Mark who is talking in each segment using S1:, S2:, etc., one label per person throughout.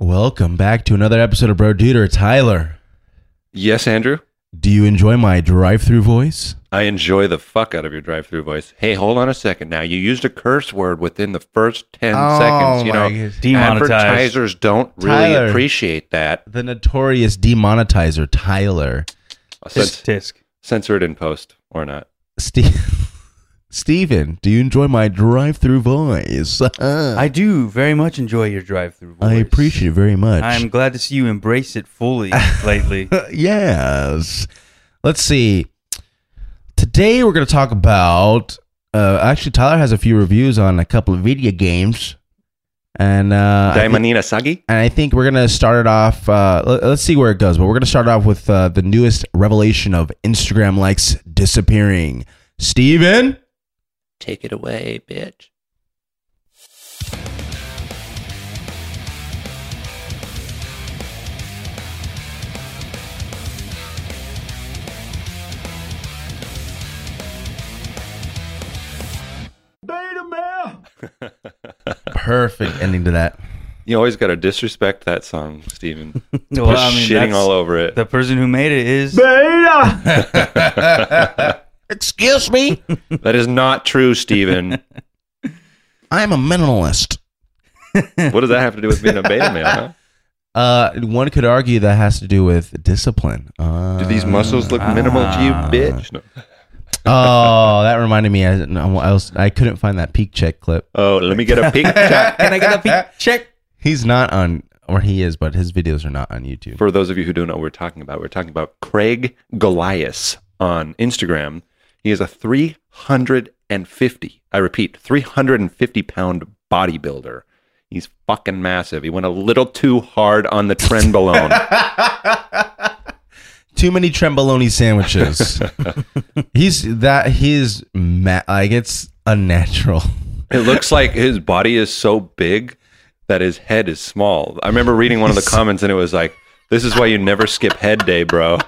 S1: Welcome back to another episode of Bro Duder. Tyler,
S2: Yes, Andrew.
S1: do you enjoy my drive-through voice?
S2: I enjoy the fuck out of your drive-through voice. Hey, hold on a second. Now you used a curse word within the first ten
S3: Oh
S2: seconds. You know,
S3: Demonetized.
S2: advertisers don't really
S1: Tyler.
S2: appreciate that.
S1: the notorious demonetizer Tyler
S2: Cens-
S3: Tisk.
S2: censor it in post or not.
S1: Steve. Steven, do you enjoy my drive-through voice?
S3: I do very much enjoy your drive-through.
S1: I appreciate it very much.
S3: I'm glad to see you embrace it fully lately.
S1: yes. Let's see. Today we're going to talk about. Uh, actually, Tyler has a few reviews on a couple of video games, and uh, I thi-
S2: Daimanina Sagi.
S1: and I think we're going to start it off. Uh, let, us see where it goes, but we're going to start off with uh, the newest revelation of Instagram likes disappearing. Steven?
S2: Take it away, bitch.
S1: Perfect ending to that.
S2: You always got to disrespect that song, Steven.
S3: well,
S2: Just shitting
S3: that's-
S2: all over it.
S3: The person who made it is
S1: Excuse me?
S2: that is not true, Steven.
S1: I'm a minimalist.
S2: what does that have to do with being a beta male? Huh?
S1: Uh, one could argue that has to do with discipline. Uh,
S2: Do these muscles look minimal to you,
S3: Ah.
S2: bitch? No.
S1: oh, that reminded me. I, no, I was I couldn't find that peak check clip.
S2: Oh, let me get a peek shot.
S3: Can I get a peek check?
S1: He's not on, or he is, but his videos are not on YouTube.
S2: For those of you who don't know what we're talking about, we're talking about Craig Golias on Instagram. He is a 350, I repeat, 350 pound bodybuilder. He's fucking massive. He went a little too hard on the trenbolone.
S1: Too many tremboloni sandwiches. he's that he's ma- like it's unnatural.
S2: it looks like his body is so big that his head is small. I remember reading one of the comments and it was like, this is why you never skip head day, bro.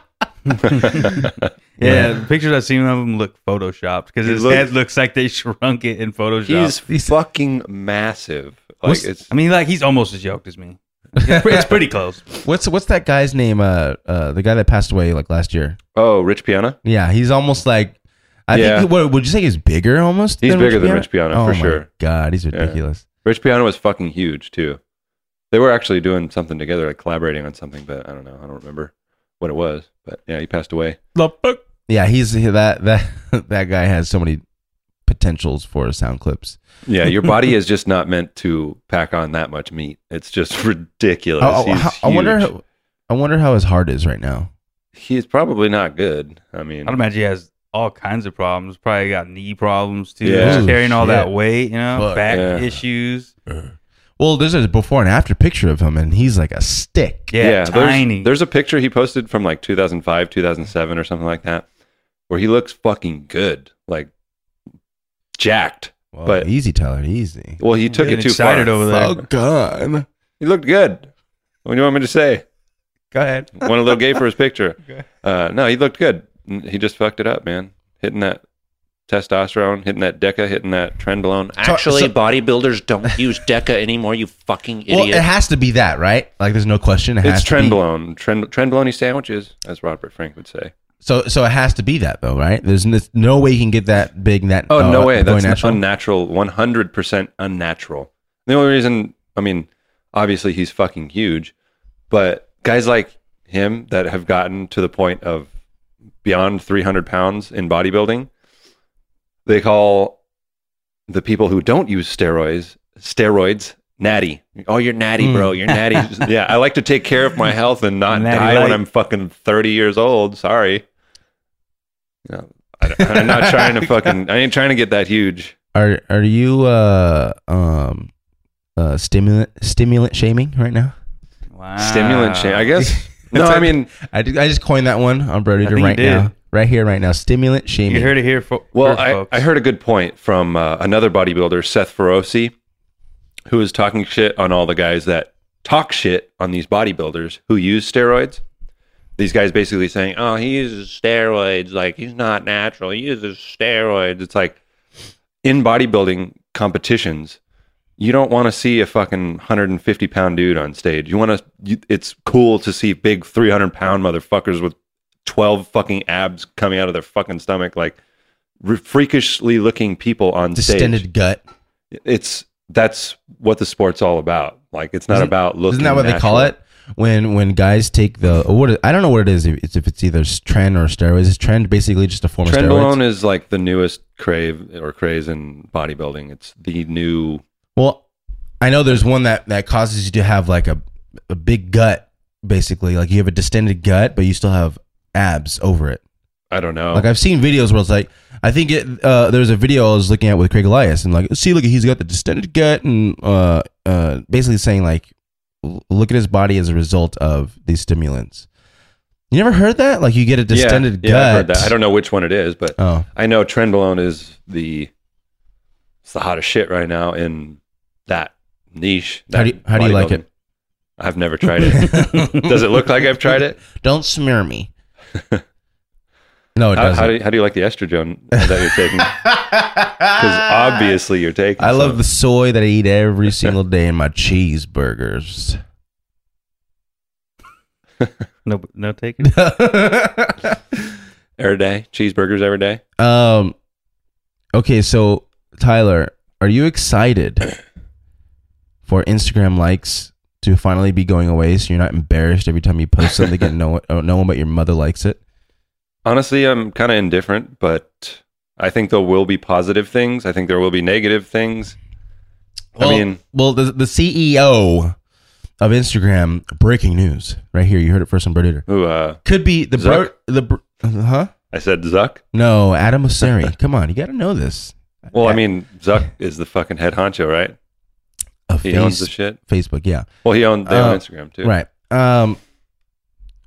S3: Yeah, the pictures I've seen of him look photoshopped because
S2: He
S3: his
S2: looks-
S3: head looks like they shrunk it in Photoshop.
S2: He's fucking massive. Like
S1: What's-
S2: it's
S3: I mean, like he's almost as yoked as me. It's pre- it's pretty close.
S1: What's what's that guy's name? Uh, uh, the guy that passed away like last year.
S2: oh, Rich Piana.
S1: Yeah, he's almost like. I
S2: Yeah.
S1: think. He, what would you say? He's bigger almost.
S2: He's bigger than
S1: Piana?
S2: Rich Piana,
S1: oh
S2: for
S1: my
S2: sure.
S1: God, he's
S2: Yeah.
S1: ridiculous.
S2: Rich Piana was fucking huge too. They were actually doing something together, like collaborating on something, but I don't know. I don't remember what it was. But yeah, he passed away.
S3: The fuck?
S1: Yeah, he's that that that guy has so many potentials for sound clips.
S2: Yeah, your body is just not meant to pack on that much meat. It's just ridiculous.
S1: Oh, oh,
S2: He's
S1: how- I wonder.
S2: huge.
S1: How, I wonder how his heart is right now.
S2: He's probably not good. I mean,
S3: I'd imagine he has all kinds of problems. Probably got knee problems too.
S2: Yeah.
S3: Just
S1: Ooh,
S3: carrying all that
S1: shit.
S3: weight, you know,
S1: Fuck.
S3: back
S2: Yeah.
S3: issues.
S1: Well, there's a before and after picture of him, and he's like a stick.
S3: Yeah,
S2: there's-
S3: tiny.
S2: There's, a picture he posted from like 2005, 2007, or something like that, where he looks fucking good, like jacked.
S1: Well,
S2: But-
S1: easy, Tyler, easy.
S2: Well, he took
S3: Getting
S2: it too far.
S3: excited over there.
S1: God!
S2: He looked good. What do you want me to say?
S3: Go ahead.
S2: went a little gay for his picture. Uh, no, he looked good. N- He just fucked it up, man. Hitting that testosterone, hitting that deca, hitting that trenbolone. Ah,
S1: Actually, so-
S2: bodybuilders don't use deca anymore. You fucking
S1: Well, it has to be that, right? Like, there's no question. It has
S2: it's
S1: to be-
S2: trenbolone, Trend, trenbolone sandwiches, as Robert Frank would say.
S1: So, so it has to be that, though, right? There's n- no way you can get that big. and That
S2: Oh no
S1: uh,
S2: way!
S1: going
S2: That's
S1: natural.
S2: unnatural. One hundred percent unnatural. The only reason, I mean, obviously he's fucking huge, but guys like him that have gotten to the point of beyond three hundred pounds in bodybuilding, they call the people who don't use steroids steroids natty. Oh, you're natty, bro. You're natty. yeah, I like to take care of my health and not
S3: Mm. Natty
S2: die
S3: light.
S2: when I'm fucking thirty years old. Sorry. You know, I, I'm not trying to fucking. I ain't trying to get that huge.
S1: Are are you uh um uh stimulant stimulant shaming right now?
S3: Wow.
S2: Stimulant shame. I guess. No, I mean,
S1: I, did, I just coined that one on Brody
S3: I think you
S1: right
S3: did.
S1: now, right here, right now. Stimulant shaming.
S3: You heard it here for
S2: well,
S3: first,
S2: I,
S3: folks.
S2: I heard a good point from uh, another bodybuilder, Seth Ferosi, who was talking shit on all the guys that talk shit on these bodybuilders who use steroids. These guys basically saying, "Oh, he uses steroids. Like he's not natural. He uses steroids." It's like in bodybuilding competitions, you don't want to see a fucking 150 pound dude on stage. You want to, you, it's cool to see big 300 pound motherfuckers with 12 fucking abs coming out of their fucking stomach, like re- freakishly looking people on
S1: Distended
S2: stage.
S1: gut.
S2: It's, that's what the sport's all about. Like, it's not
S1: Isn't-
S2: about looking.
S1: Isn't that what they call
S2: natural.
S1: it? When when guys take the or what I don't know what it is. If It's if it's either trend or steroids. Is trend basically just a form of steroids?
S2: Trenbolone is like the newest crave or craze in bodybuilding. It's the new
S1: well, I know there's one that that causes you to have like a a big gut. Basically, like you have a distended gut, but you still have abs over it.
S2: I don't know.
S1: Like I've seen videos where it's like I think it, uh, there was a video I was looking at with Craig Elias and like see look he's got the distended gut and uh, uh, basically saying like l- look at his body as a result of these stimulants. You never heard that? Like you get a
S2: Yeah,
S1: distended
S2: yeah,
S1: gut.
S2: I've heard that. I don't know which one it is, but
S1: Oh,
S2: I know Trenbolone is the it's the hottest shit right now in that niche.
S1: How do
S2: that
S1: you- how do you like
S2: bodybuilding.
S1: it?
S2: I've never tried it. Does it look like I've tried it?
S1: don't smear me. no, it
S2: How,
S1: doesn't.
S2: how, do you, how do you like the estrogen that you're taking? Because obviously you're taking.
S1: I love
S2: some.
S1: the soy that I eat every single day in my cheeseburgers.
S3: No, no taking.
S2: every day cheeseburgers every day.
S1: Um. Okay, so Tyler, are you excited for Instagram likes to finally be going away, so you're not embarrassed every time you post something and no one, oh, no one but your mother likes it?
S2: Honestly, I'm kind of indifferent, but I think there will be positive things. I think there will be negative things.
S1: Well,
S2: I mean,
S1: well, the, the CEO of Instagram, breaking news right here. You heard it first on Bird Eater.
S2: ooh, uh,
S1: Could be the bro,
S2: Zuck?
S1: the br- huh?
S2: I said Zuck.
S1: No, Adam Mosseri. Come on, you got to know this.
S2: Well, I mean, Zuck is the fucking head honcho, right?
S1: A
S2: He owns the
S1: face-
S2: shit.
S1: Facebook, yeah.
S2: Well, he owned they
S1: Uh,
S2: own Instagram too.
S1: Right. Um,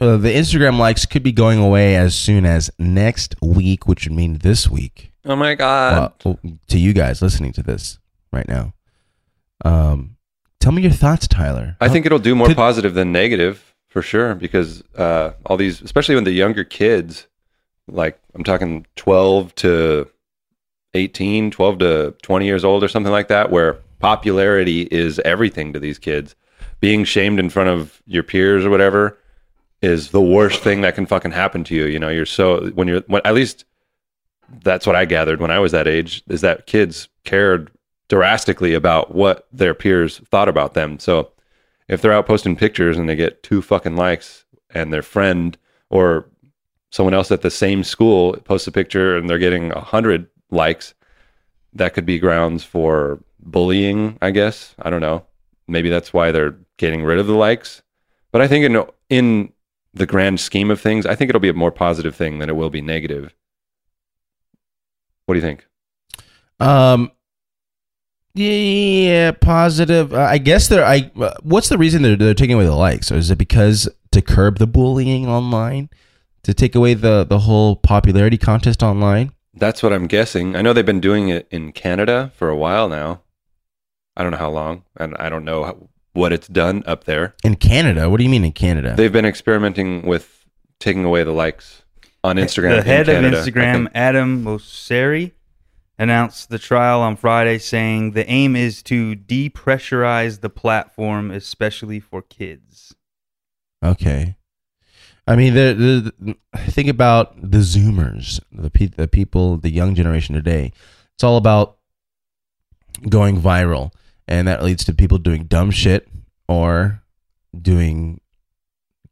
S1: uh, the Instagram likes could be going away as soon as next week, which would mean this week
S2: Oh my god.
S1: Well, to you guys listening to this right now. Um, tell me your thoughts, Tyler.
S2: I think it'll do more
S1: Could-
S2: positive than negative for sure because uh, all these, especially when the younger kids, like I'm talking 12 to 18, 12 to 20 years old or something like that, where popularity is everything to these kids. Being shamed in front of your peers or whatever is the worst thing that can fucking happen to you. You know, you're so, when you're, when, at least that's what I gathered when I was that age is that kids cared drastically about what their peers thought about them. So if they're out posting pictures and they get two fucking likes and their friend or someone else at the same school posts a picture and they're getting a hundred likes, that could be grounds for bullying, I guess. I don't know. Maybe that's why they're getting rid of the likes. But I think in in the grand scheme of things, I think it'll be a more positive thing than it will be negative. What do you think?
S1: Um, yeah, positive. Uh, I guess they're. I. uh, What's the reason they're they're taking away the likes? Or is it because to curb the bullying online, to take away the the whole popularity contest online?
S2: That's what I'm guessing. I know they've been doing it in Canada for a while now. I don't know how long, and I don't know how, what it's done up there.
S1: In Canada, what do you mean in Canada?
S2: They've been experimenting with taking away the likes on Instagram.
S3: The
S2: in
S3: head
S2: Canada, I
S3: of Instagram,
S2: think.
S3: Adam Mosseri, announced the trial on Friday, saying the aim is to depressurize the platform, especially for kids.
S1: Okay. I mean, the, the, the- think about the Zoomers, the, pe- the people, the young generation today. It's all about going viral, and that leads to people doing dumb shit or doing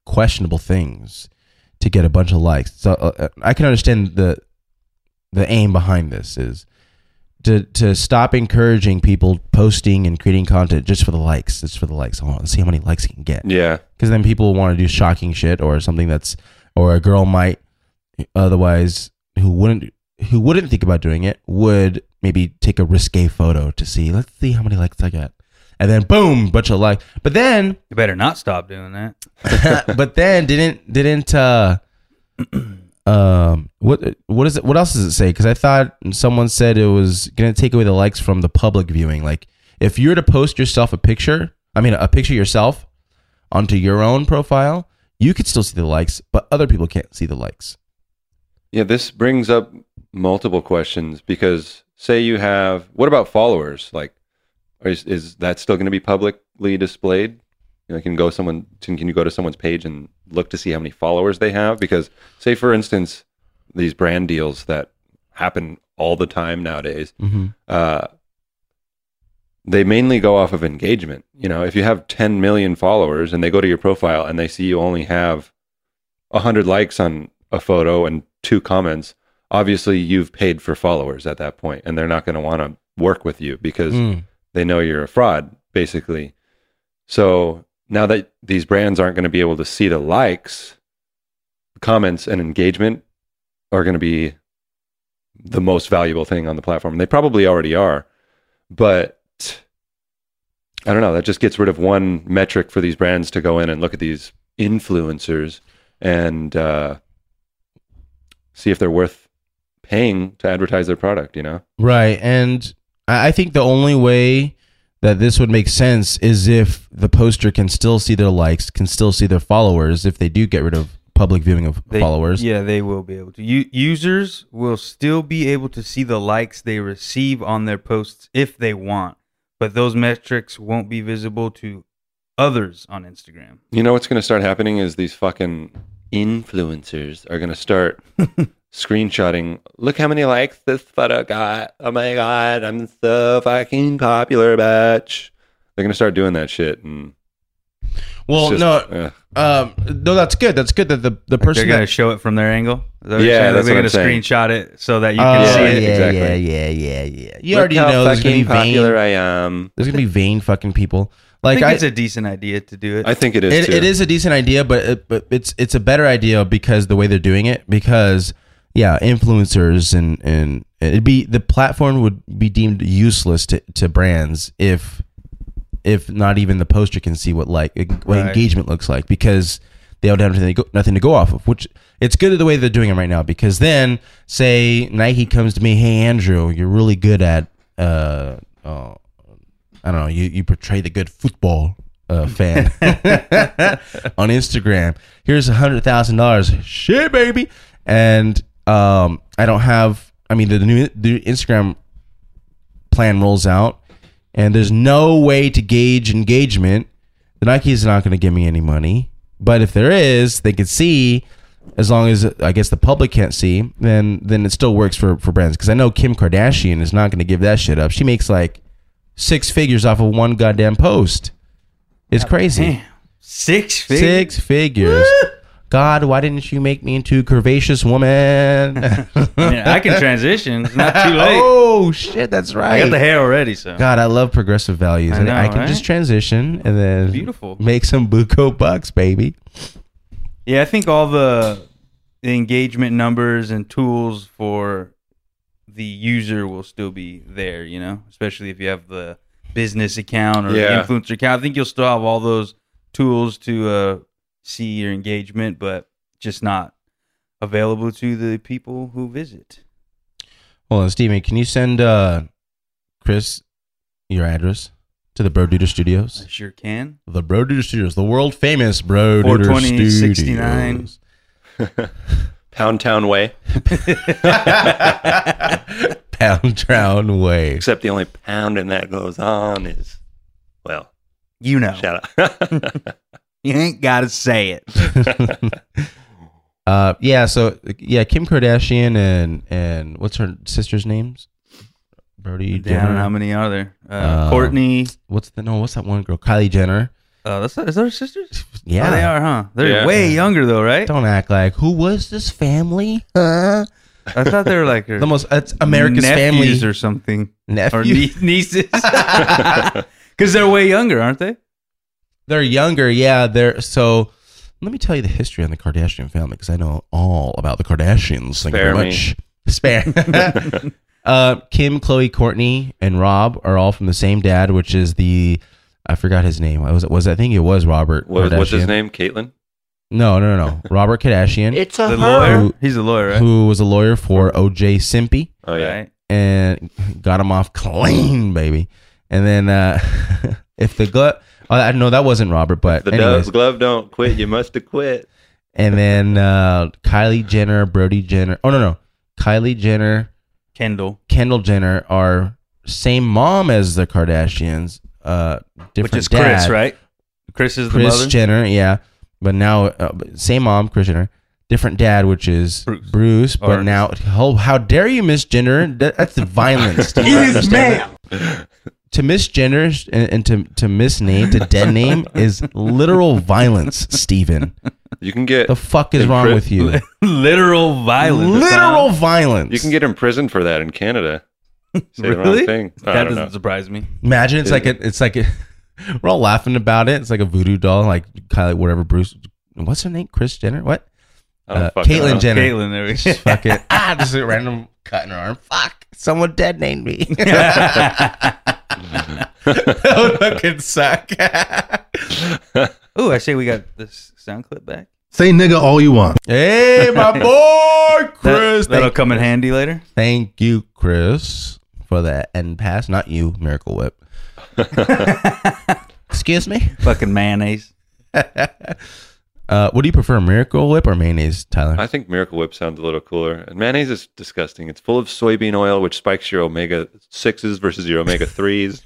S1: questionable things to get a bunch of likes. So uh, I can understand the the aim behind this is to to stop encouraging people posting and creating content just for the likes. It's for the likes. Oh, let's see how many likes he can get
S2: Yeah,
S1: because then people want to do shocking shit or something that's or a girl might otherwise who wouldn't who wouldn't think about doing it would maybe take a risque photo to see let's see how many likes I got and then boom bunch of like but then
S3: You better not stop doing that.
S1: but then didn't didn't uh um what what is it what else does it say because i thought someone said it was gonna take away the likes from the public viewing like if you were to post yourself a picture i mean a picture yourself onto your own profile you could still see the likes but other people can't see the likes
S2: yeah. This brings up multiple questions because say you have what about followers? Like, Or is, is that still going to be publicly displayed? You know, can go someone can can you go to someone's page and look to see how many followers they have? Because say for instance, these brand deals that happen all the time nowadays,
S1: Mm-hmm.
S2: uh, they mainly go off of engagement. You know, if you have 10 million followers and they go to your profile and they see you only have 100 likes on a photo and two comments, obviously you've paid for followers at that point and they're not going to want to work with you because
S1: Mm.
S2: they know you're a fraud, basically. So now that these brands aren't going to be able to see the likes, comments, and engagement are going to be the most valuable thing on the platform. They probably already are, but I don't know. That just gets rid of one metric for these brands to go in and look at these influencers and uh, see if they're worth paying to advertise their product. You know,
S1: Right. And I I think the only way that this would make sense is if the poster can still see their likes, can still see their followers if they do get rid of public viewing of
S3: They-
S1: followers.
S3: Yeah, they will be able to. U- users will still be able to see the likes they receive on their posts if they want, but those metrics won't be visible to others on Instagram.
S2: you know what's going to start happening is these fucking influencers are going to start screenshotting. Look how many likes this photo got. Oh my god, I'm so fucking popular, bitch. They're gonna start doing that shit, and
S1: Well,
S2: it's just- uh,
S1: no,
S2: ugh.
S1: um, no, that's good. That's good that the, the person
S3: they're gonna
S1: that-
S3: show it from their angle. Is that what
S2: Yeah,
S3: you're saying?
S2: that's
S3: they're
S2: what
S3: gonna
S2: I'm saying.
S3: screenshot it so that you
S1: Oh,
S3: can
S2: Yeah,
S3: see
S1: yeah,
S3: it.
S1: yeah,
S2: exactly.
S1: yeah, yeah, yeah. You
S2: Look
S1: already
S2: how
S1: know there's gonna be
S2: fucking popular
S1: vain.
S2: I am.
S1: There's gonna be vain fucking people. Like
S3: I think
S1: I,
S3: it's a decent idea to do it.
S2: I think it is.
S1: it,
S2: too.
S1: it is a decent idea, but it, but it's it's a better idea because the way they're doing it. Because yeah, influencers and and it'd be the platform would be deemed useless to, to brands if if not even the poster can see what like what
S3: Right.
S1: engagement looks like because they don't have nothing to, go, nothing to go off of. Which it's good the way they're doing it right now because then say Nike comes to me, hey Andrew, you're really good at uh oh, I don't know, you, you portray the good football uh, fan on Instagram. Here's a hundred thousand dollars, shit, baby, and um, I don't have. I mean, the new the new Instagram plan rolls out, and there's no way to gauge engagement. The Nike is not going to give me any money, but if there is, they could see. As long as I guess the public can't see, then then it still works for for brands. Because I know Kim Kardashian is not going to give that shit up. She makes like six figures off of one goddamn post. It's crazy.
S3: Damn. Six figures.
S1: Six figures. God, why didn't you make me into a curvaceous woman?
S3: I, mean, I can transition. It's not too late.
S1: oh shit, that's
S3: I
S1: right.
S3: got the hair already, so
S1: God, I love progressive values,
S3: I
S1: and
S3: know,
S1: I can
S3: right?
S1: just transition and then
S3: beautiful.
S1: make some buco bucks, baby.
S3: Yeah, I think all the the engagement numbers and tools for the user will still be there, you know, especially if you have the business account or
S2: Yeah.
S3: influencer account. I think you'll still have all those tools to uh, see your engagement, but just not available to the people who visit.
S1: Hold on, Steven, can you send uh, Chris your address to the Bro Duder Studios?
S3: I sure can.
S1: The Bro Duder Studios, the world famous Bro Duder
S3: 420,
S1: Studios.
S3: 69.
S2: Pound Town Way,
S1: Pound Town Way.
S2: except the only pounding that goes on is, well,
S3: You know,
S2: shout out.
S3: you ain't got to say it.
S1: uh, yeah. So yeah, Kim Kardashian and and what's her sister's names? Brody
S3: Damn, I don't know how
S1: Jenner.
S3: many are there. Uh,
S1: Um,
S3: Courtney.
S1: What's the no? What's that one girl? Kylie Jenner.
S3: Uh, that's, is that her sisters?
S1: Yeah.
S3: Oh, they are, huh? They're
S2: Yeah.
S3: way younger though, right?
S1: Don't act like who was this family? Huh?
S3: I thought they were like her
S1: The most it's America's
S3: nephews
S1: family
S3: or something or
S1: nephew.
S3: nie- nieces, because they're way younger, aren't they?
S1: they're younger. Yeah, they're so. Let me tell you the history on the Kardashian family because I know all about the Kardashians. Thank
S2: Spare
S1: you
S2: me.
S1: very much. Spare. uh, Kim, Chloe, Courtney, and Rob are all from the same dad, which is the I forgot his name. I was was I think it was Robert.
S2: what, what's his
S1: Kardashian.
S2: name? Caitlin.
S1: No, no, no, no. Robert Kardashian,
S2: It's a
S3: The lawyer,
S1: Who-
S3: he's a lawyer, right?
S1: who was a lawyer for O.J. Simpy
S2: Oh yeah.
S3: Right?
S1: and got him off clean, baby. And then uh, if the gut, oh, I know that wasn't Robert, but
S2: The
S1: anyways,
S2: dove, glove don't quit. You must have quit.
S1: And then uh, Kylie Jenner, Brody Jenner. Oh no, no, Kylie Jenner,
S3: Kendall.
S1: Kendall Jenner are same mom as the Kardashians, uh, different
S3: Which is
S1: dad.
S3: Chris, right? Chris is the
S1: Kris
S3: mother.
S1: Jenner, yeah, but now uh, same mom, Chris Jenner, different dad, which is
S3: Bruce.
S1: Bruce. but
S3: Or-
S1: now, how, how dare you, Miss Jenner? That, that's the violence. Do you understand that? To Miss Jenner and, and to to Miss Name to dead name is literal violence, Steven.
S2: You can get
S1: The fuck is
S2: And
S1: wrong
S2: Chris-
S1: with you?
S3: Literal violence.
S1: Literal
S3: huh?
S1: violence.
S2: you can get imprisoned for that in Canada. Say the
S3: Really?
S2: wrong thing. I
S3: That
S2: don't
S3: doesn't
S2: know.
S3: surprise me.
S1: Imagine it's like a, it's like a, we're all laughing about it. It's like a voodoo doll, like kind of like whatever Bruce. What's her name? Chris Jenner. What?
S2: I don't
S1: Uh,
S2: fucking
S1: Caitlyn
S2: know.
S1: Jenner.
S3: Caitlin, there we
S1: Just fuck it. ah, just a random cut in her arm. Fuck. Someone dead named me. that would fucking suck.
S3: Ooh, I say we got this sound clip back.
S4: Say nigga all you want.
S1: hey, my boy, Chris.
S3: that, will
S1: thank,
S3: come in handy later.
S1: thank you, Chris, for that end pass. Not you, Miracle Whip. Excuse me.
S3: Fucking mayonnaise.
S1: Uh, what do you prefer, Miracle Whip or mayonnaise, Tyler?
S2: I think Miracle Whip sounds a little cooler. And mayonnaise is disgusting. It's full of soybean oil, which spikes your omega sixes versus your omega threes.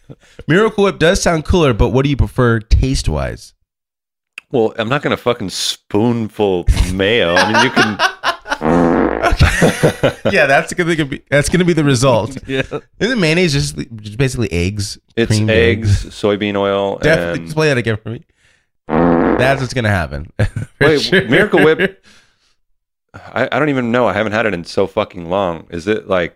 S1: Miracle Whip does sound cooler, but what do you prefer taste wise?
S2: well, I'm not gonna fucking spoonful mayo. I mean, you can.
S1: yeah, that's gonna be that's gonna be the result.
S3: Yeah.
S1: Isn't mayonnaise just, just basically eggs?
S2: It's
S1: creamed
S2: eggs, soybean oil,
S1: Definitely
S2: and
S1: just play that again for me. That's what's gonna happen. For
S2: Wait,
S1: sure.
S2: Miracle Whip- I, I don't even know. I haven't had it in so fucking long. Is it like?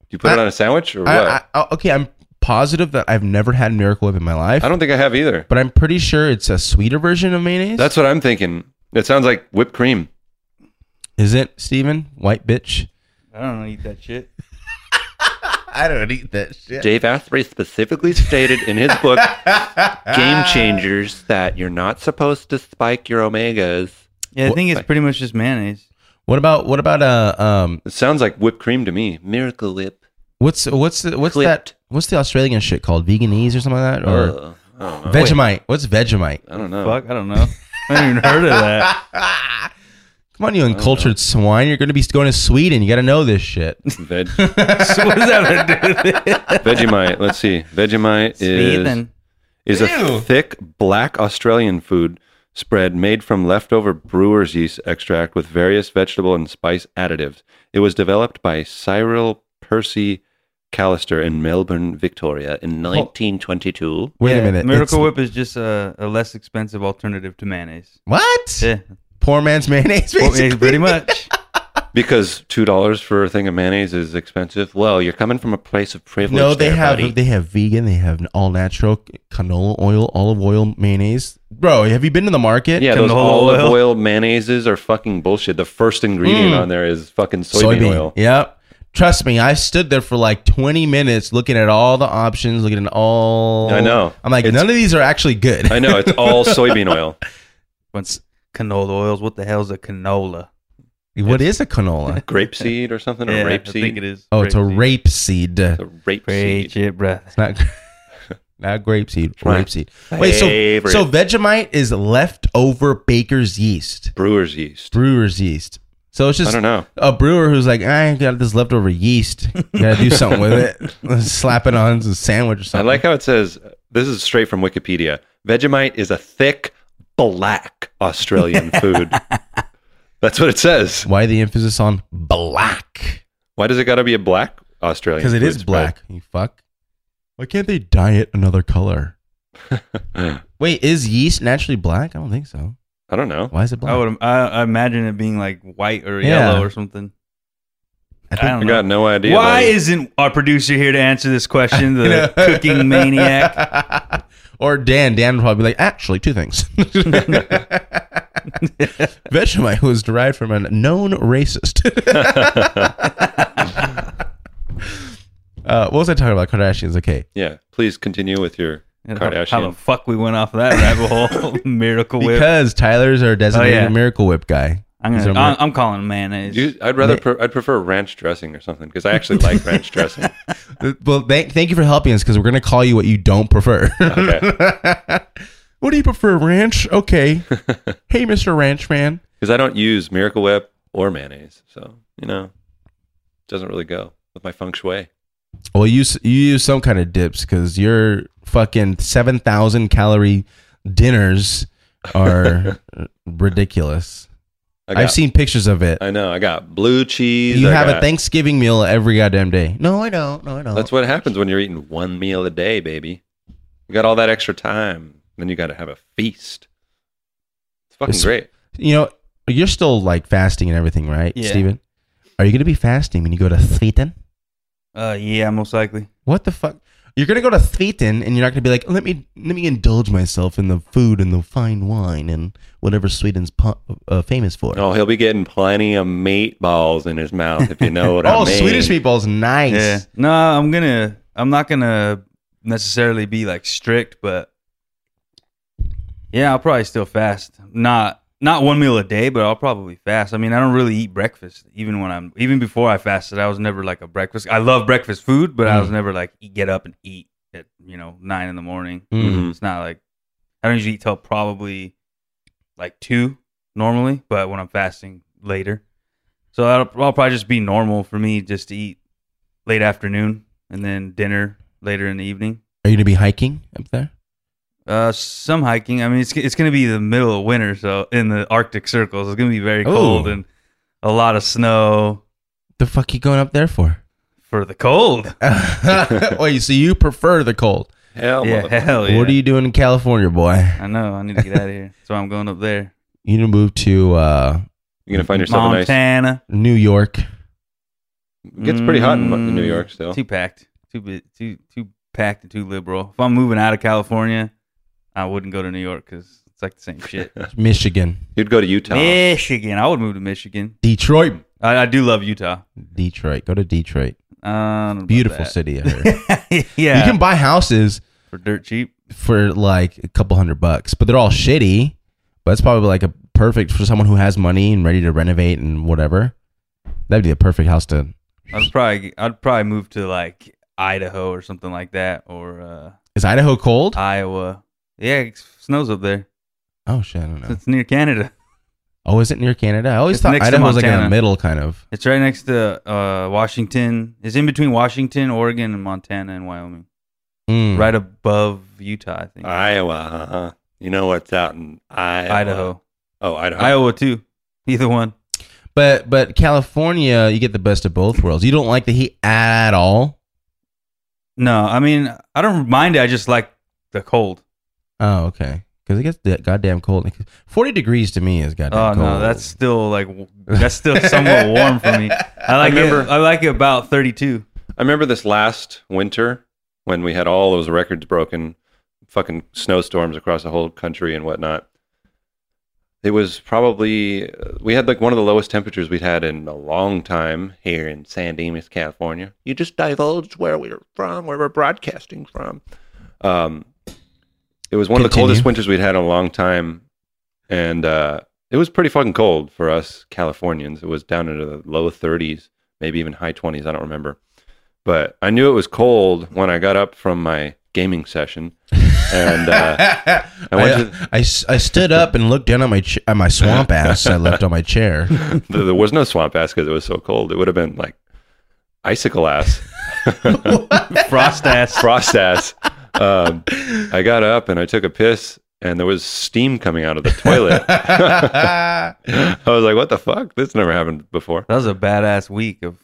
S2: Do you put it
S1: I-
S2: on a sandwich or what?
S1: I,
S2: I,
S1: I, I- okay, I'm positive that I've never had Miracle Whip in my life,
S2: don't think I have either.
S1: but I'm pretty sure it's a sweeter version of mayonnaise.
S2: That's what I'm thinking. It sounds like whipped cream.
S1: is it, Steven? White bitch.
S3: I don't know, eat that shit.
S1: I don't eat that shit.
S2: Dave Asprey specifically stated in his book Game Changers that you're not supposed to spike your omegas.
S3: Yeah, I
S1: What-
S3: think it's pretty much just mayonnaise.
S1: What about what about uh um
S2: It sounds like whipped cream to me. Miracle Whip.
S1: what's what's the, what's
S2: Clipped.
S1: that what's the Australian shit called Veganese or something like that or
S2: Uh, I don't know.
S1: Vegemite? What's Vegemite?
S2: I don't know.
S3: Fuck, I don't know. I haven't even heard of that.
S1: Come on, you uncultured swine! You're gonna be going to Sweden. You got to know this shit.
S2: Veg-
S3: So what does that have to do with it?
S2: Vegemite. Let's see. Vegemite is
S3: Sweden.
S2: is
S1: Ew.
S2: a thick black Australian food spread made from leftover brewer's yeast extract with various vegetable and spice additives. It was developed by Cyril Percy Callister in Melbourne, Victoria in 1922.
S1: Wait
S3: Yeah,
S1: a minute,
S3: Miracle
S1: It's-
S3: Whip is just a, a less expensive alternative to mayonnaise.
S1: What?
S3: Yeah,
S1: Poor man's mayonnaise.
S3: Well,
S1: Basically.
S3: yeah, pretty much.
S2: Because two dollars for a thing of mayonnaise is expensive. Well, you're coming from a place of privilege.
S1: No, they
S2: there,
S1: have
S2: buddy.
S1: they have vegan, they have all natural canola oil, olive oil mayonnaise. Bro, have you been to the market?
S2: yeah,
S3: Can
S2: those
S3: the whole
S2: olive
S3: oil-
S2: oil. mayonnaises are fucking bullshit. The first ingredient
S1: Mm.
S2: on there is fucking soybean, oil.
S1: Yep. Trust me, I stood there for like 20 minutes looking at all the options, looking at all.
S2: I know.
S1: I'm like,
S2: It's-
S1: none of these are actually good.
S2: I know it's all soybean oil.
S3: Once canola oils, what the hell's a canola?
S1: What is a canola?
S2: Grapeseed or something, or
S3: I think
S2: rapeseed.
S3: it is.
S1: Oh, it's a
S3: rapeseed.
S1: rape seed.
S2: The rapeseed.
S3: Preach it, bruh.
S1: Not, not grape seed,
S2: Right.
S1: rape seed. Wait, so,
S2: Favorite.
S1: so Vegemite is leftover baker's yeast,
S2: brewer's yeast.
S1: brewer's yeast. So it's
S2: I
S1: just
S2: don't know.
S1: a brewer who's like, I got this leftover yeast. Gotta do something with it. Let's slap it on a sandwich or
S2: I
S1: something.
S2: like how it says this is straight from Wikipedia. Vegemite is a thick black Australian food. That's what it says.
S1: Why the emphasis on black?
S2: Why does it got to be a black Australian?
S1: Because it
S2: food
S1: is
S2: spread?
S1: black. You fuck. Why can't they dye it another color? Wait, is yeast naturally black? I don't think so.
S2: I don't know.
S1: Why is it black?
S3: I would I, I imagine it being like white or
S1: Yeah.
S3: yellow or something.
S1: I
S3: I,
S1: think-
S2: I
S3: don't know.
S2: got no idea.
S3: Why
S2: buddy.
S3: isn't our producer here to answer this question? The
S1: You know?
S3: cooking maniac.
S1: or Dan. Dan would probably be like, actually, two things. Vegemite was derived from a known racist. uh, what was I talking about? Kardashians. Okay.
S2: Yeah, please continue with your
S3: How the
S2: Kardashian.
S3: fuck we went off that rabbit hole? Miracle Whip.
S1: Because Tyler's our designated
S3: Oh, yeah.
S1: Miracle Whip guy.
S3: I'm
S1: He's our
S3: gonna. I'm, I'm calling him mayonnaise.
S2: You, I'd rather pre- I'd prefer ranch dressing or something because I actually like ranch dressing.
S1: Uh, Well, thank, thank you for helping us because we're going to call you what you don't prefer.
S2: Okay,
S1: what do you prefer, ranch? Okay. hey, Mr. Ranch Man.
S2: because I don't use Miracle Whip or mayonnaise, so you know, it doesn't really go with my feng shui.
S1: Well, you s- you use some kind of dips because your fucking seven thousand calorie dinners are ridiculous.
S2: I got,
S1: I've seen pictures of it.
S2: I know. I got blue cheese.
S1: you
S2: I
S1: have a
S2: got-
S1: Thanksgiving meal every goddamn day. No, I don't. No, I don't.
S2: That's what happens when you're eating one meal a day, baby. You got all that extra time, then you got to have a feast. It's fucking
S1: It's-
S2: great.
S1: you know. You're still like fasting and everything, right,
S3: Yeah.
S1: Steven? Are you gonna be fasting when you go to Threaten?
S3: Uh, yeah, most likely.
S1: What the fuck? You're gonna go to Thetan and you're not gonna be like, let me let me indulge myself in the food and the fine wine and whatever Sweden's po- uh, famous for.
S2: Oh, he'll be getting plenty of meatballs in his mouth if you know what I
S1: oh,
S2: mean.
S1: Swedish meatballs, nice.
S3: Yeah. No, I'm gonna. I'm not gonna necessarily be like strict, but yeah, I'll probably still fast. Not not one meal a day, but I'll probably fast. I mean, I don't really eat breakfast even when I'm even before I fasted. I was never like a breakfast. I love breakfast food, but I was
S1: Mm.
S3: never like eat, get up and eat at you know nine in the morning.
S1: Mhm.
S3: It's not like I don't usually eat till probably like two normally, but when I'm fasting later. So that'll, that'll probably just be normal for me just to eat late afternoon and then dinner later in the evening.
S1: Are you gonna be hiking up there?
S3: Uh, some hiking. I mean, it's it's gonna be the middle of winter, so in the Arctic circles, it's gonna be very cold
S1: Ooh.
S3: and a lot of snow
S1: The fuck you going up there for?
S3: for the cold.
S1: Wait, so you prefer the cold?
S2: Hell,
S3: yeah,
S2: motherfucker.
S3: hell yeah.
S1: What are you doing in California, boy?
S3: I know. I need to get out of here, so I'm going up there,
S1: You need to move to uh,
S2: You're going to find yourself a nice.
S3: Montana.
S1: New York.
S2: It gets pretty hot in, in New
S3: Mm,
S2: York still.
S3: Too packed. Too bi- too too packed and too liberal. If I'm moving out of California, I wouldn't go to New York because it's like the same shit.
S1: Michigan,
S2: You'd go to Utah.
S3: Michigan. I would move to Michigan.
S1: Detroit,
S3: I, I do love Utah.
S1: Detroit. Go to Detroit.
S3: Uh, I don't know about
S1: Beautiful
S3: that.
S1: city. I heard.
S3: yeah.
S1: You can buy houses
S3: for dirt cheap.
S1: for like a couple hundred bucks, but they're all shitty. But it's probably like a perfect for someone who has money and ready to renovate and whatever. That'd be a perfect house to.
S3: I'd probably I'd probably move to like Idaho or something like that or uh,
S1: Is Idaho cold?
S3: Iowa. Yeah, it snows up there.
S1: Oh shit, I don't
S3: So
S1: know.
S3: it's near Canada.
S1: Oh, is it near Canada? I always
S3: It's
S1: thought
S3: next to
S1: Idaho was like in the
S3: Montana.
S1: middle, kind of.
S3: It's right next to uh, Washington. It's in between Washington, Oregon, and Montana and Wyoming.
S1: Mm.
S3: Right above Utah, I think.
S2: Iowa. huh? You know what's out in Iowa?
S3: Idaho.
S2: Oh, Idaho.
S3: Iowa too. Either one.
S1: But but California, you get the best of both worlds. You don't like the heat at all.
S3: No, I mean I don't mind it. I just like the cold.
S1: Oh, okay. Because it gets that goddamn cold. Forty degrees to me is goddamn
S3: Oh
S1: cold.
S3: no, that's still like w- that's still somewhat warm for me. I like it.
S2: remember-
S3: I like it about thirty-two.
S2: I remember this last winter when we had all those records broken, fucking snowstorms across the whole country and whatnot. It was probably we had like one of the lowest temperatures we'd had in a long time here in San Dimas, California. You just divulged where we we're from, where we're broadcasting from. Um, it was one of the
S1: Continue.
S2: coldest winters we'd had in a long time, and uh, it was pretty fucking cold for us Californians. It was down into the low 30s, maybe even high 20s. I don't remember but I knew it was cold when I got up from my gaming session, and uh,
S1: I,
S2: I went
S1: I, uh,
S2: to-
S1: I s- I stood up and looked down at my ch- at my swamp ass I left on my chair.
S2: th- there was no swamp ass because it was so cold. It would have been like icicle ass,
S3: Frost ass.
S2: frost ass. Um, I got up and I took a piss, and there was steam coming out of the toilet.
S1: That's
S2: I was like, "What the fuck? This never happened before."
S3: That was a badass week of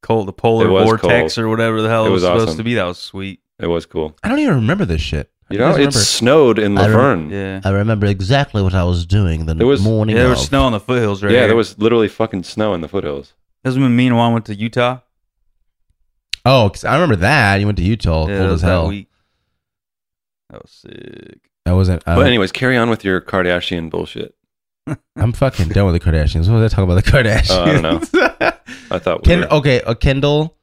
S3: cold, the polar
S2: It was
S3: vortex
S2: cold.
S3: or whatever the hell it
S2: It
S3: was,
S2: was
S3: supposed
S2: awesome.
S3: to be. That was sweet.
S2: It was cool.
S1: I don't even remember this shit. I
S2: You
S1: don't
S2: know, it
S1: remember.
S2: snowed in
S1: I don't-
S2: Laverne. Yeah,
S3: Yeah.
S1: I remember exactly what I was doing the
S2: There was-
S1: morning.
S3: Yeah, there was
S1: of.
S3: snow on the foothills right
S2: there was literally fucking snow in the foothills.
S3: That's when me and Juan went to Utah.
S1: Oh, 'cause I remember that. You went to Utah,
S3: yeah, that
S1: cold as
S3: was that
S1: hell.
S3: week. That was sick.
S1: I wasn't. uh, I,
S3: Uh-huh.
S2: But anyways, carry on with your Kardashian bullshit.
S1: I'm fucking done with the Kardashians. What was I talking about the Kardashians?
S2: Oh, I don't
S1: know.
S2: I thought we
S1: Ken,
S2: were-
S1: okay, uh, Kendall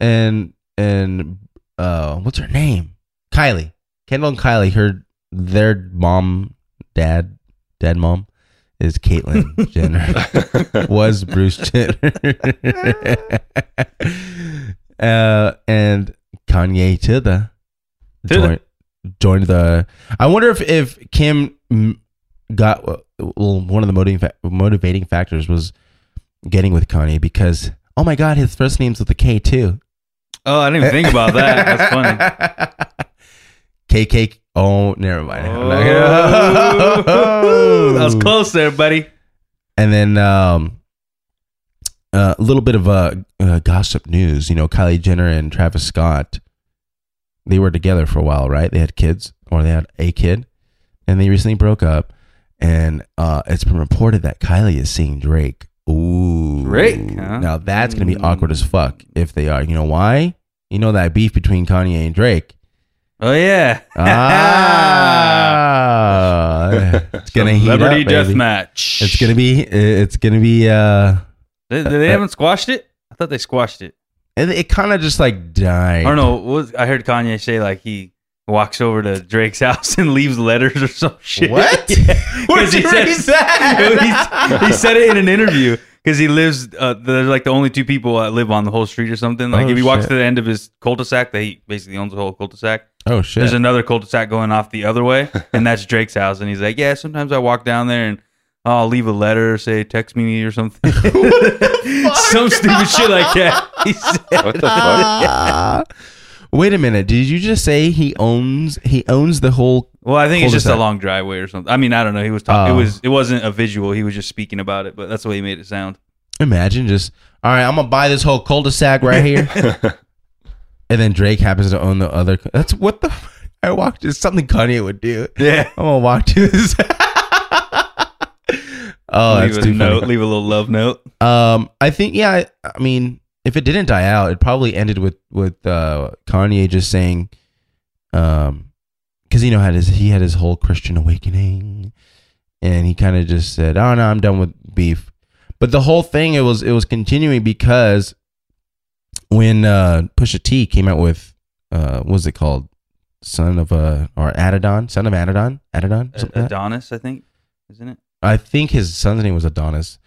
S1: and and uh, what's her name? Kylie. Kendall and Kylie. Her their mom, dad, dad mom is Caitlyn Jenner. was Bruce Jenner. uh, and Kanye to the
S3: To the-
S1: joined, joined the. I wonder if if Kim mm, got uh, well, one of the motivating fa- motivating factors was getting with Kanye because oh my god, his first name's with a K too.
S3: Oh, I didn't even think about that. That's funny.
S1: KK. Oh, never mind. I'm not gonna-
S3: Oh. that was close there, buddy.
S1: And then um, a little bit of uh, uh, gossip news. You know, Kylie Jenner and Travis Scott, they were together for a while, right? They had kids, or they had a kid, and they recently broke up. And uh, it's been reported that Kylie is seeing Drake. Ooh,
S3: Drake, huh?
S1: Now that's gonna be
S3: Mm.
S1: awkward as fuck if they are. You know why? You know that beef between Kanye and Drake.
S3: Oh yeah.
S1: Ah, it's gonna heat up,
S3: Liberty
S1: baby.
S3: death match.
S1: It's gonna be. It's gonna be. Uh,
S3: They, they haven't squashed it. I thought they squashed it.
S1: it, it kind of just like
S3: I
S1: died.
S3: don't know. what Was, I heard Kanye say like he walks over to Drake's house and leaves letters or some shit.
S1: What?
S3: Yeah.
S1: Where'd
S3: 'Cause he
S1: you
S3: said-
S1: read that?
S3: He's- he said it in an interview because he lives. Uh, there's like the only two people that live on the whole street or something. Like
S1: Oh,
S3: if he walks
S1: shit.
S3: to the end of his cul-de-sac, that he basically owns the whole cul-de-sac.
S1: Oh shit!
S3: There's another cul-de-sac going off the other way, and that's Drake's house. And he's like, "Yeah, sometimes I walk down there and I'll leave a letter, say text me or something, some stupid shit like that." He said,
S2: What the fuck?
S1: Ah. Wait a minute. Did you just say he owns he owns the whole?
S3: well, I think it's just a
S1: Cul-de-sac.
S3: long driveway or something. I mean, I don't know. He was talking.
S1: Oh.
S3: it was. It wasn't a visual. He was just speaking about it, but that's the way he made it sound.
S1: Imagine just all right. I'm gonna buy this whole cul-de-sac right here, and then Drake happens to own the other. That's what the. f- I walked. It's something Kanye would do.
S3: Yeah.
S1: I'm gonna walk to this. oh,
S3: leave
S1: that's
S3: a
S1: too
S3: note.
S1: funny.
S3: Leave a little love note.
S1: Um, I think yeah. I, I mean, if it didn't die out, it probably ended with with uh, Kanye just saying, um, because you know had his he had his whole Christian awakening, and he kind of just said, "Oh no, I'm done with beef." But the whole thing it was it was continuing because when uh, Pusha T came out with uh, what was it called? Son of uh, or Adidon, son of Adidon, Adidon. something like that?
S3: Adonis, I think, isn't it?
S1: I think his son's name was Adonis.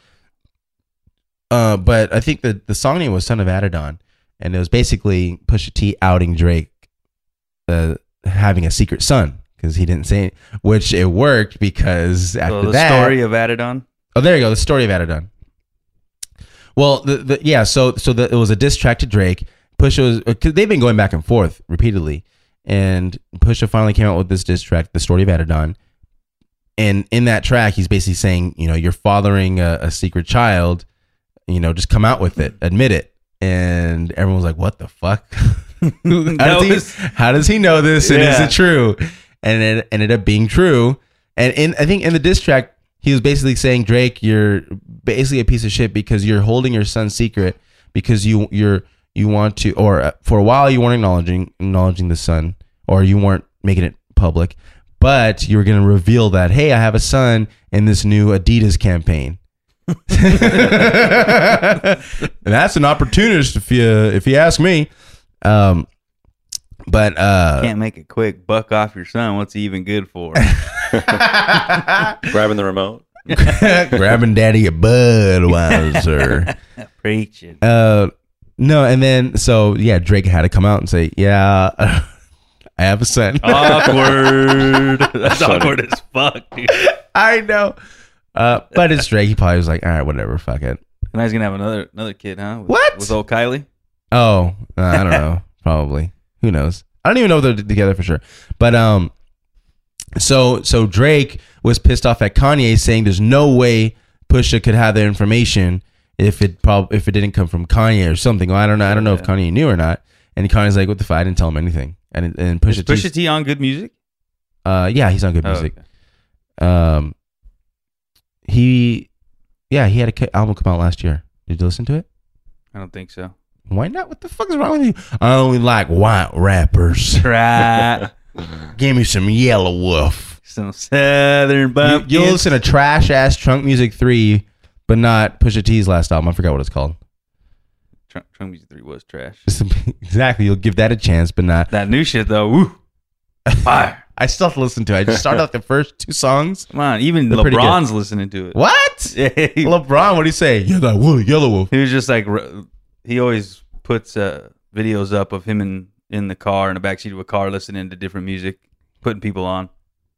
S1: Uh, but I think the the song name was "Son of Adidon," and it was basically Pusha T outing Drake, uh, having a secret son because he didn't say, it, which it worked because after
S3: So the
S1: that,
S3: story of Adidon.
S1: Oh, there you go. The story of Adidon. Well, the, the yeah, so so the, it was a diss track to Drake. Pusha was uh, 'cause they've been going back and forth repeatedly, and Pusha finally came out with this diss track, "The Story of Adidon," and in that track, he's basically saying, you know, you're fathering a, a secret child, you know, just come out with it, admit it, and everyone's like, what the fuck?
S3: That
S1: how, does
S3: was-
S1: he, how does he know this, and is
S3: Yeah.
S1: it true? And it ended up being true. And in I think in the diss track, he was basically saying, Drake, you're basically a piece of shit because you're holding your son's secret because you you're you want to or uh, for a while you weren't acknowledging acknowledging the son or you weren't making it public, but you were gonna reveal that hey, I have a son in this new Adidas campaign. and that's an opportunist if you if you ask me. Um, but uh,
S3: Can't make a quick buck off your son. What's he even good for?
S2: Grabbing the remote.
S1: grabbing daddy a Budweiser.
S3: Preaching.
S1: uh, no, and then so yeah, Drake had to come out and say, "Yeah, I have a son."
S3: Oh. awkward. That's
S2: Funny.
S3: awkward as fuck, dude.
S1: I know, uh, but it's Drake. He probably was like, "All right, whatever, fuck it."
S3: And I was gonna have another another kid, huh? With,
S1: What?
S3: With old Kylie?
S1: Oh, uh, I don't know. Probably. Who knows? I don't even know if they're t- together for sure. But um, so so Drake was pissed off at Kanye, saying there's no way Pusha could have that information if it prob if it didn't come from Kanye or something. Well, I don't know. I don't know if
S3: Yeah.
S1: Kanye knew or not. And Kanye's like, "What the fuck? I didn't tell him anything." And and
S3: Is
S1: Pusha,
S3: Pusha
S1: Pusha
S3: T on good music?
S1: uh, yeah, he's on good
S3: Oh,
S1: music.
S3: okay.
S1: Um, he, yeah, he had a ca- album come out last year. Did you listen to it?
S3: I don't think so.
S1: Why not? What the fuck is wrong with you? I only like white rappers.
S3: Right.
S1: Give me some Yellow Wolf.
S3: Some southern
S1: You,
S3: bump.
S1: you listen to trash ass Trunk Music 3, but not Pusha T's last album. I forgot what it's called.
S3: Trump, Trump Music Three was trash.
S1: It's- exactly. You'll give that a chance, but not.
S3: That new shit though, woo. Fire.
S1: I still have to listen to it. I just started out the first two songs.
S3: Come on. Even
S1: They're pretty good.
S3: LeBron's listening to it.
S1: What?
S3: Yeah, he,
S1: LeBron, what do you say? You're that woolly Yellow Wolf.
S3: he was just like r- he always puts uh, videos up of him in in the car in the backseat of a car listening to different music, putting people on.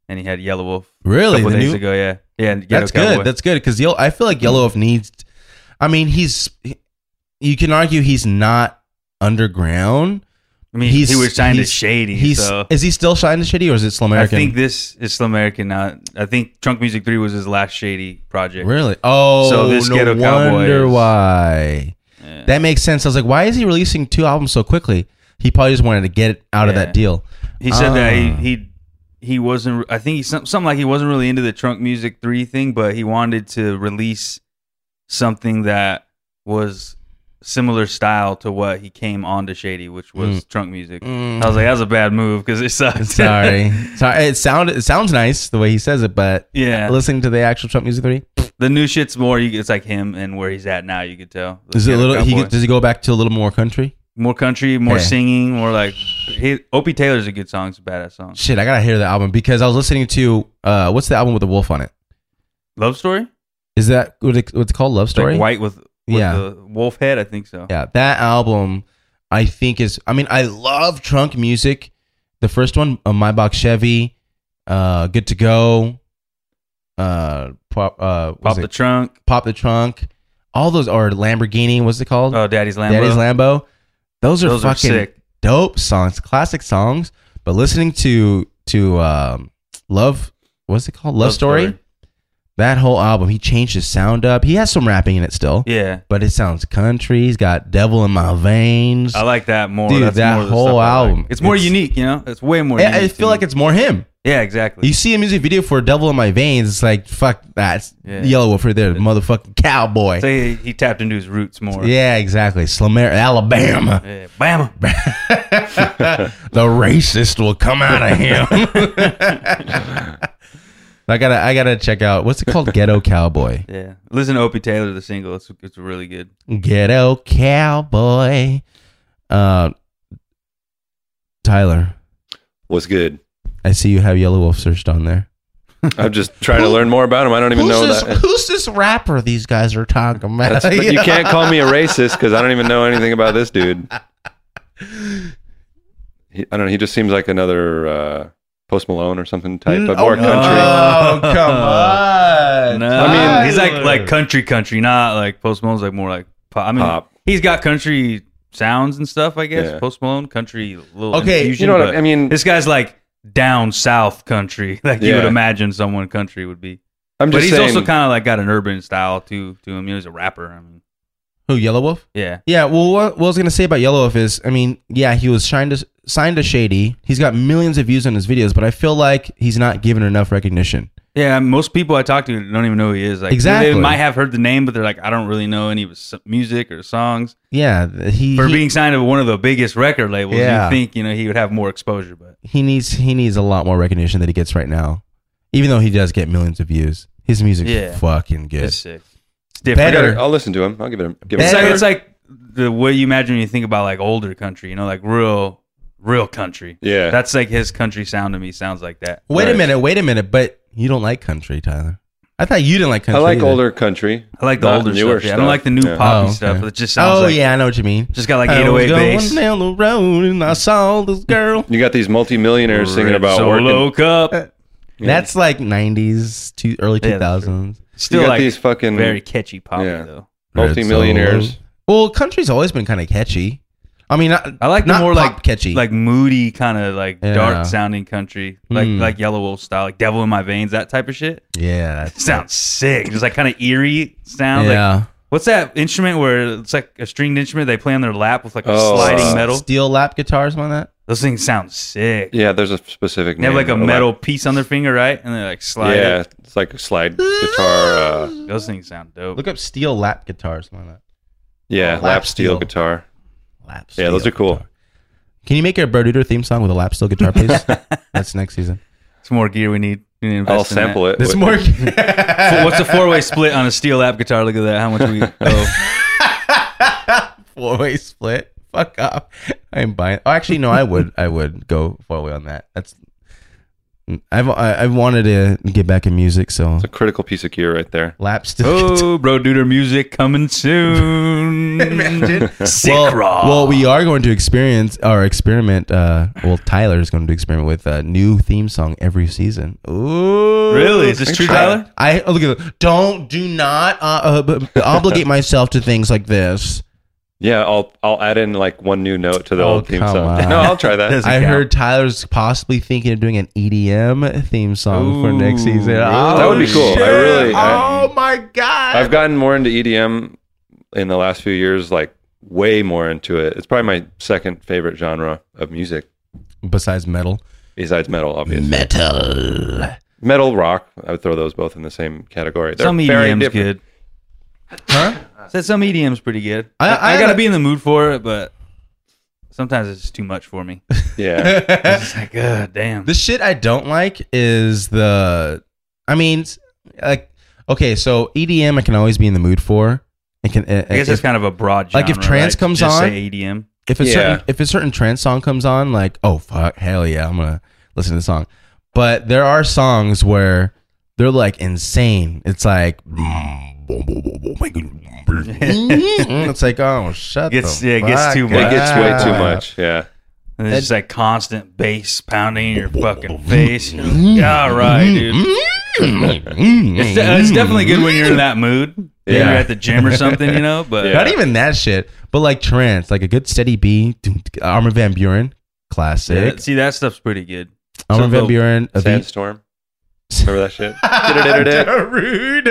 S3: And he had Yellow Wolf a
S1: Really?
S3: couple
S1: The
S3: days
S1: new-
S3: ago, yeah. Yeah, and Ghetto
S1: that's
S3: Cowboy.
S1: good. That's good because I feel like Yellow Wolf needs. I mean, he's. You can argue he's not underground.
S3: I mean, he was signed to Shady.
S1: He's
S3: so.
S1: is he still signed to Shady or is it Slow American?
S3: I think this is Slim American now. I think Trunk Music 3 was his last Shady project.
S1: really. Oh,
S3: So this
S1: no
S3: Ghetto Cowboy
S1: wonder
S3: is-
S1: why.
S3: Yeah.
S1: That makes sense. I was like, why is he releasing two albums so quickly? He probably just wanted to get it out of
S3: Yeah.
S1: that deal.
S3: He said that he,
S1: Ah.
S3: he he wasn't. I think he some- something like he wasn't really into the Trunk Music Three thing, but he wanted to release something that was similar style to what he came on to Shady, which
S1: Mm.
S3: was Trunk Music. I was like, that was a bad move because it sucked.
S1: Sorry, sorry. It sound it sounds nice the way he says it, but
S3: yeah,
S1: listening to the actual Trump music three,
S3: the new shit's more. You, it's like him and where he's at now. You could tell.
S1: is it a
S3: Yeah,
S1: little? He,
S3: Cowboy.
S1: does he go back to a little more country?
S3: more country, more
S1: Yeah.
S3: singing, more like. He, Opie Taylor's a good song. It's a badass song.
S1: Shit, I gotta hear the album because I was listening to uh, what's the album with the wolf on it?
S3: Love story.
S1: Is that what it, what's it called? Love
S3: It's like
S1: story.
S3: white with, with
S1: Yeah.
S3: the wolf head. I think so.
S1: Yeah, that album I think is I mean, I love trunk music. The first one, uh, My Box Chevy, uh Good to Go, uh pop uh
S3: Pop
S1: was
S3: the
S1: it
S3: trunk.
S1: Pop the Trunk. All those are Lamborghini, what's it called?
S3: Oh, Daddy's Lambo.
S1: Daddy's Lambo. Those are
S3: Those are
S1: fucking
S3: sick.
S1: dope songs, classic songs. But listening to to um Love what's it called? Love,
S3: Love
S1: Story?
S3: Story.
S1: That whole album, he changed his sound up. He has some rapping in it still.
S3: Yeah,
S1: but it sounds country. He's got "Devil in My Veins."
S3: I
S1: I,
S3: like that more.
S1: Dude,
S3: That's
S1: that
S3: more of the
S1: whole
S3: stuff I like.
S1: album.
S3: It's more
S1: It's-
S3: unique, you know. It's way more.
S1: I
S3: unique to
S1: feel
S3: me.
S1: like it's more him.
S3: yeah, exactly.
S1: You see a music video for "Devil in My Veins," it's like fuck that's
S3: Yeah.
S1: Yellow Wolf right there, motherfucking cowboy.
S3: so he, he tapped into his roots more.
S1: yeah, exactly. Slamer, Alabama.
S3: yeah. Bama.
S1: the racist will come out of him. I gotta, I gotta check out what's it called? Ghetto Cowboy.
S3: Yeah, listen to Opie Taylor the single. It's it's really good.
S1: Ghetto Cowboy. Uh, Tyler,
S2: What's good?
S1: I see you have Yellow Wolf searched on there.
S2: I'm just trying to learn more about him. I don't even know
S1: this,
S2: that.
S1: who's this rapper these guys are talking about?
S2: That's, but you can't call me a racist because I don't even know anything about this dude. He, I don't know. He just seems like another uh, Post Malone or something type, but more
S1: no.
S2: country.
S1: Oh, come on.
S3: No,
S2: I
S3: I
S2: mean-
S3: mean he's like
S1: Tyler.
S3: like country country, not like Post Malone's like more like pop. I mean,
S2: Pop.
S3: he's got country sounds and stuff. I guess
S2: Yeah.
S3: Post Malone country little
S1: Okay,
S2: You
S3: infusion,
S2: know
S3: but
S2: what I mean?
S3: This guy's like down south country, like you would
S2: Yeah.
S3: imagine someone country would be.
S2: I'm
S3: But
S2: just
S3: he's
S2: saying.
S3: also kind of like got an urban style too. To him, you know, he's a rapper. I mean,
S1: Who, Yellow Wolf?
S3: yeah,
S1: Yeah, well, what, what I was going to say about Yellow Wolf is, I mean, yeah, he was signed to, signed to Shady. He's got millions of views on his videos, but I feel like he's not given enough recognition.
S3: yeah. Most people I talk to don't even know who he is. Like,
S1: Exactly.
S3: they might have heard the name, but they're like, I don't really know any of his s- music or songs.
S1: Yeah, th- he
S3: For
S1: he,
S3: being signed to one of the biggest record labels,
S1: Yeah.
S3: you think you know he would have more exposure, but
S1: he needs he needs a lot more recognition than he gets right now. Even though he does get millions of views, his music's
S3: Yeah.
S1: fucking good.
S3: it's sick. It's different.
S1: Better.
S2: Better. I'll listen to him. I'll give him. Give
S3: It's
S2: him
S3: like,
S1: Better.
S2: a
S3: it's like the way you imagine when you think about like older country, you know, like real, real country.
S2: Yeah.
S3: That's like his country sound to me. Sounds like that.
S1: Wait a
S2: Right.
S1: minute, wait a minute, but you don't like country, Tyler. I thought you didn't like
S2: I
S1: country.
S2: like
S1: either.
S2: older country.
S3: I like the
S2: Not
S3: older
S2: newer
S3: stuff. Yeah, I don't
S2: stuff.
S3: like the new
S2: Yeah.
S3: poppy
S1: Oh,
S3: stuff.
S1: okay.
S3: It just sounds
S1: oh
S3: like
S1: yeah, I know what you mean.
S3: just got like
S1: I was
S3: 808
S1: going
S3: bass.
S1: down the road and I saw this girl.
S2: You got these multimillionaires singing
S3: Red
S2: about
S3: solo
S2: working.
S3: cup.
S2: Yeah.
S1: That's like '90s to early
S3: Yeah, that's
S1: 2000s.
S2: You
S3: Still
S2: got
S3: like
S2: these fucking
S3: very catchy poppy
S2: Yeah.
S3: though.
S2: multimillionaires.
S1: Well, country's always been kind of catchy. I mean, not,
S3: I like the
S1: not
S3: more
S1: pop
S3: like
S1: catchy.
S3: like moody kind of like
S1: Yeah.
S3: dark sounding country, like
S1: Hmm.
S3: like Yellow Wolf style, like Devil in My Veins, that type of shit.
S1: yeah, that's,
S3: Sounds sick. Just like kind of eerie sound. Like
S1: yeah.
S3: what's that instrument where it's like a stringed instrument they play on their lap with like a
S2: Oh,
S3: sliding
S2: uh,
S3: metal?
S1: steel lap guitars on that.
S3: Those things sound sick.
S2: Yeah, there's a specific
S3: They have
S2: name.
S3: like a metal piece on their finger, right? And they like slide
S2: yeah,
S3: it.
S2: it's like a slide guitar. Uh,
S3: Those things sound dope.
S1: Look up steel lap guitars on that.
S2: yeah,
S1: Lap
S2: lap steel
S1: steel.
S2: guitar.
S1: Lap.
S2: Yeah, those
S1: steel
S2: are cool.
S1: guitar. Can you make a Birduder theme song with a lap steel guitar, please? that's next season.
S3: It's more gear we need. We need to invest
S2: I'll
S3: in that.
S2: sample it.
S1: This
S2: with-
S1: more.
S3: But What's a four way split on a steel lap guitar? Look at that. How much we oh
S1: four way split. Fuck off. I'm buying. Oh, actually, no. I would. I would go four way on that. That's. I've I- I've wanted to get back in music, so
S2: It's a critical piece of gear right there.
S1: lap still.
S3: oh, bro, duder music coming soon. Sick
S1: well,
S3: raw.
S1: well, we are going to experience or experiment. Uh, well, Tyler is going to experiment with a new theme song every season. Ooh,
S3: really? Is this true, Tyler?
S1: I oh, look at don't do not uh, uh, b- obligate myself to things like this.
S2: Yeah, I'll I'll add in like one new note to the
S1: Oh,
S2: old theme
S1: come
S2: song.
S1: on.
S2: No, I'll try that.
S3: Doesn't
S1: I
S3: count.
S1: heard Tyler's possibly thinking of doing an EDM theme song for next
S3: Ooh.
S1: season. Oh,
S3: Really?
S2: That would be cool. I
S1: shit.
S2: really- I-
S1: oh my god!
S2: I've gotten more into EDM in the last few years, like way more into it. It's probably my second favorite genre of music
S1: Besides metal,
S2: besides metal, obviously.
S1: metal.
S2: metal rock, I would throw those both in the same category. They're
S3: Some
S2: very
S1: E
S3: EDM's
S2: different.
S3: good. Huh? Said some EDM's pretty good.
S1: I-
S3: I, I,
S1: I-
S3: gotta be in the mood for it, but sometimes it's just too much for me.
S2: Yeah.
S3: It's like, God damn.
S1: The shit I don't like is the. I mean, s- like, okay, so EDM I can always be in the mood for. It can. uh,
S3: I guess
S1: if,
S3: it's kind of a broad genre.
S1: like if trance
S3: right?
S1: comes
S3: Just
S1: on-
S3: say E EDM.
S1: if a
S2: Yeah.
S1: certain if a certain trance song comes on, like, oh fuck, hell yeah, I'm gonna listen to the song. But there are songs where they're like insane. It's like. it's like oh shut
S3: Gets-
S1: the
S3: yeah, it gets
S1: fuck
S3: too much.
S2: it gets way too
S1: up.
S2: much. Yeah.
S3: And it's just like constant bass pounding in your fucking face. You're like, yeah, all right,
S1: Mm-hmm.
S3: dude. It's, de- it's definitely good when you're
S1: Mm-hmm.
S3: in that mood. Yeah.
S2: Yeah.
S3: You're at the gym or something, you know. But
S2: Yeah.
S1: Not even that shit, but like trance, like a good steady B. Armin Van Buren, classic.
S3: Yeah, see, that stuff's pretty good.
S1: Armin Van
S3: so-
S1: Buren, a beat.
S2: Sandstorm. Remember that shit?
S1: Rude.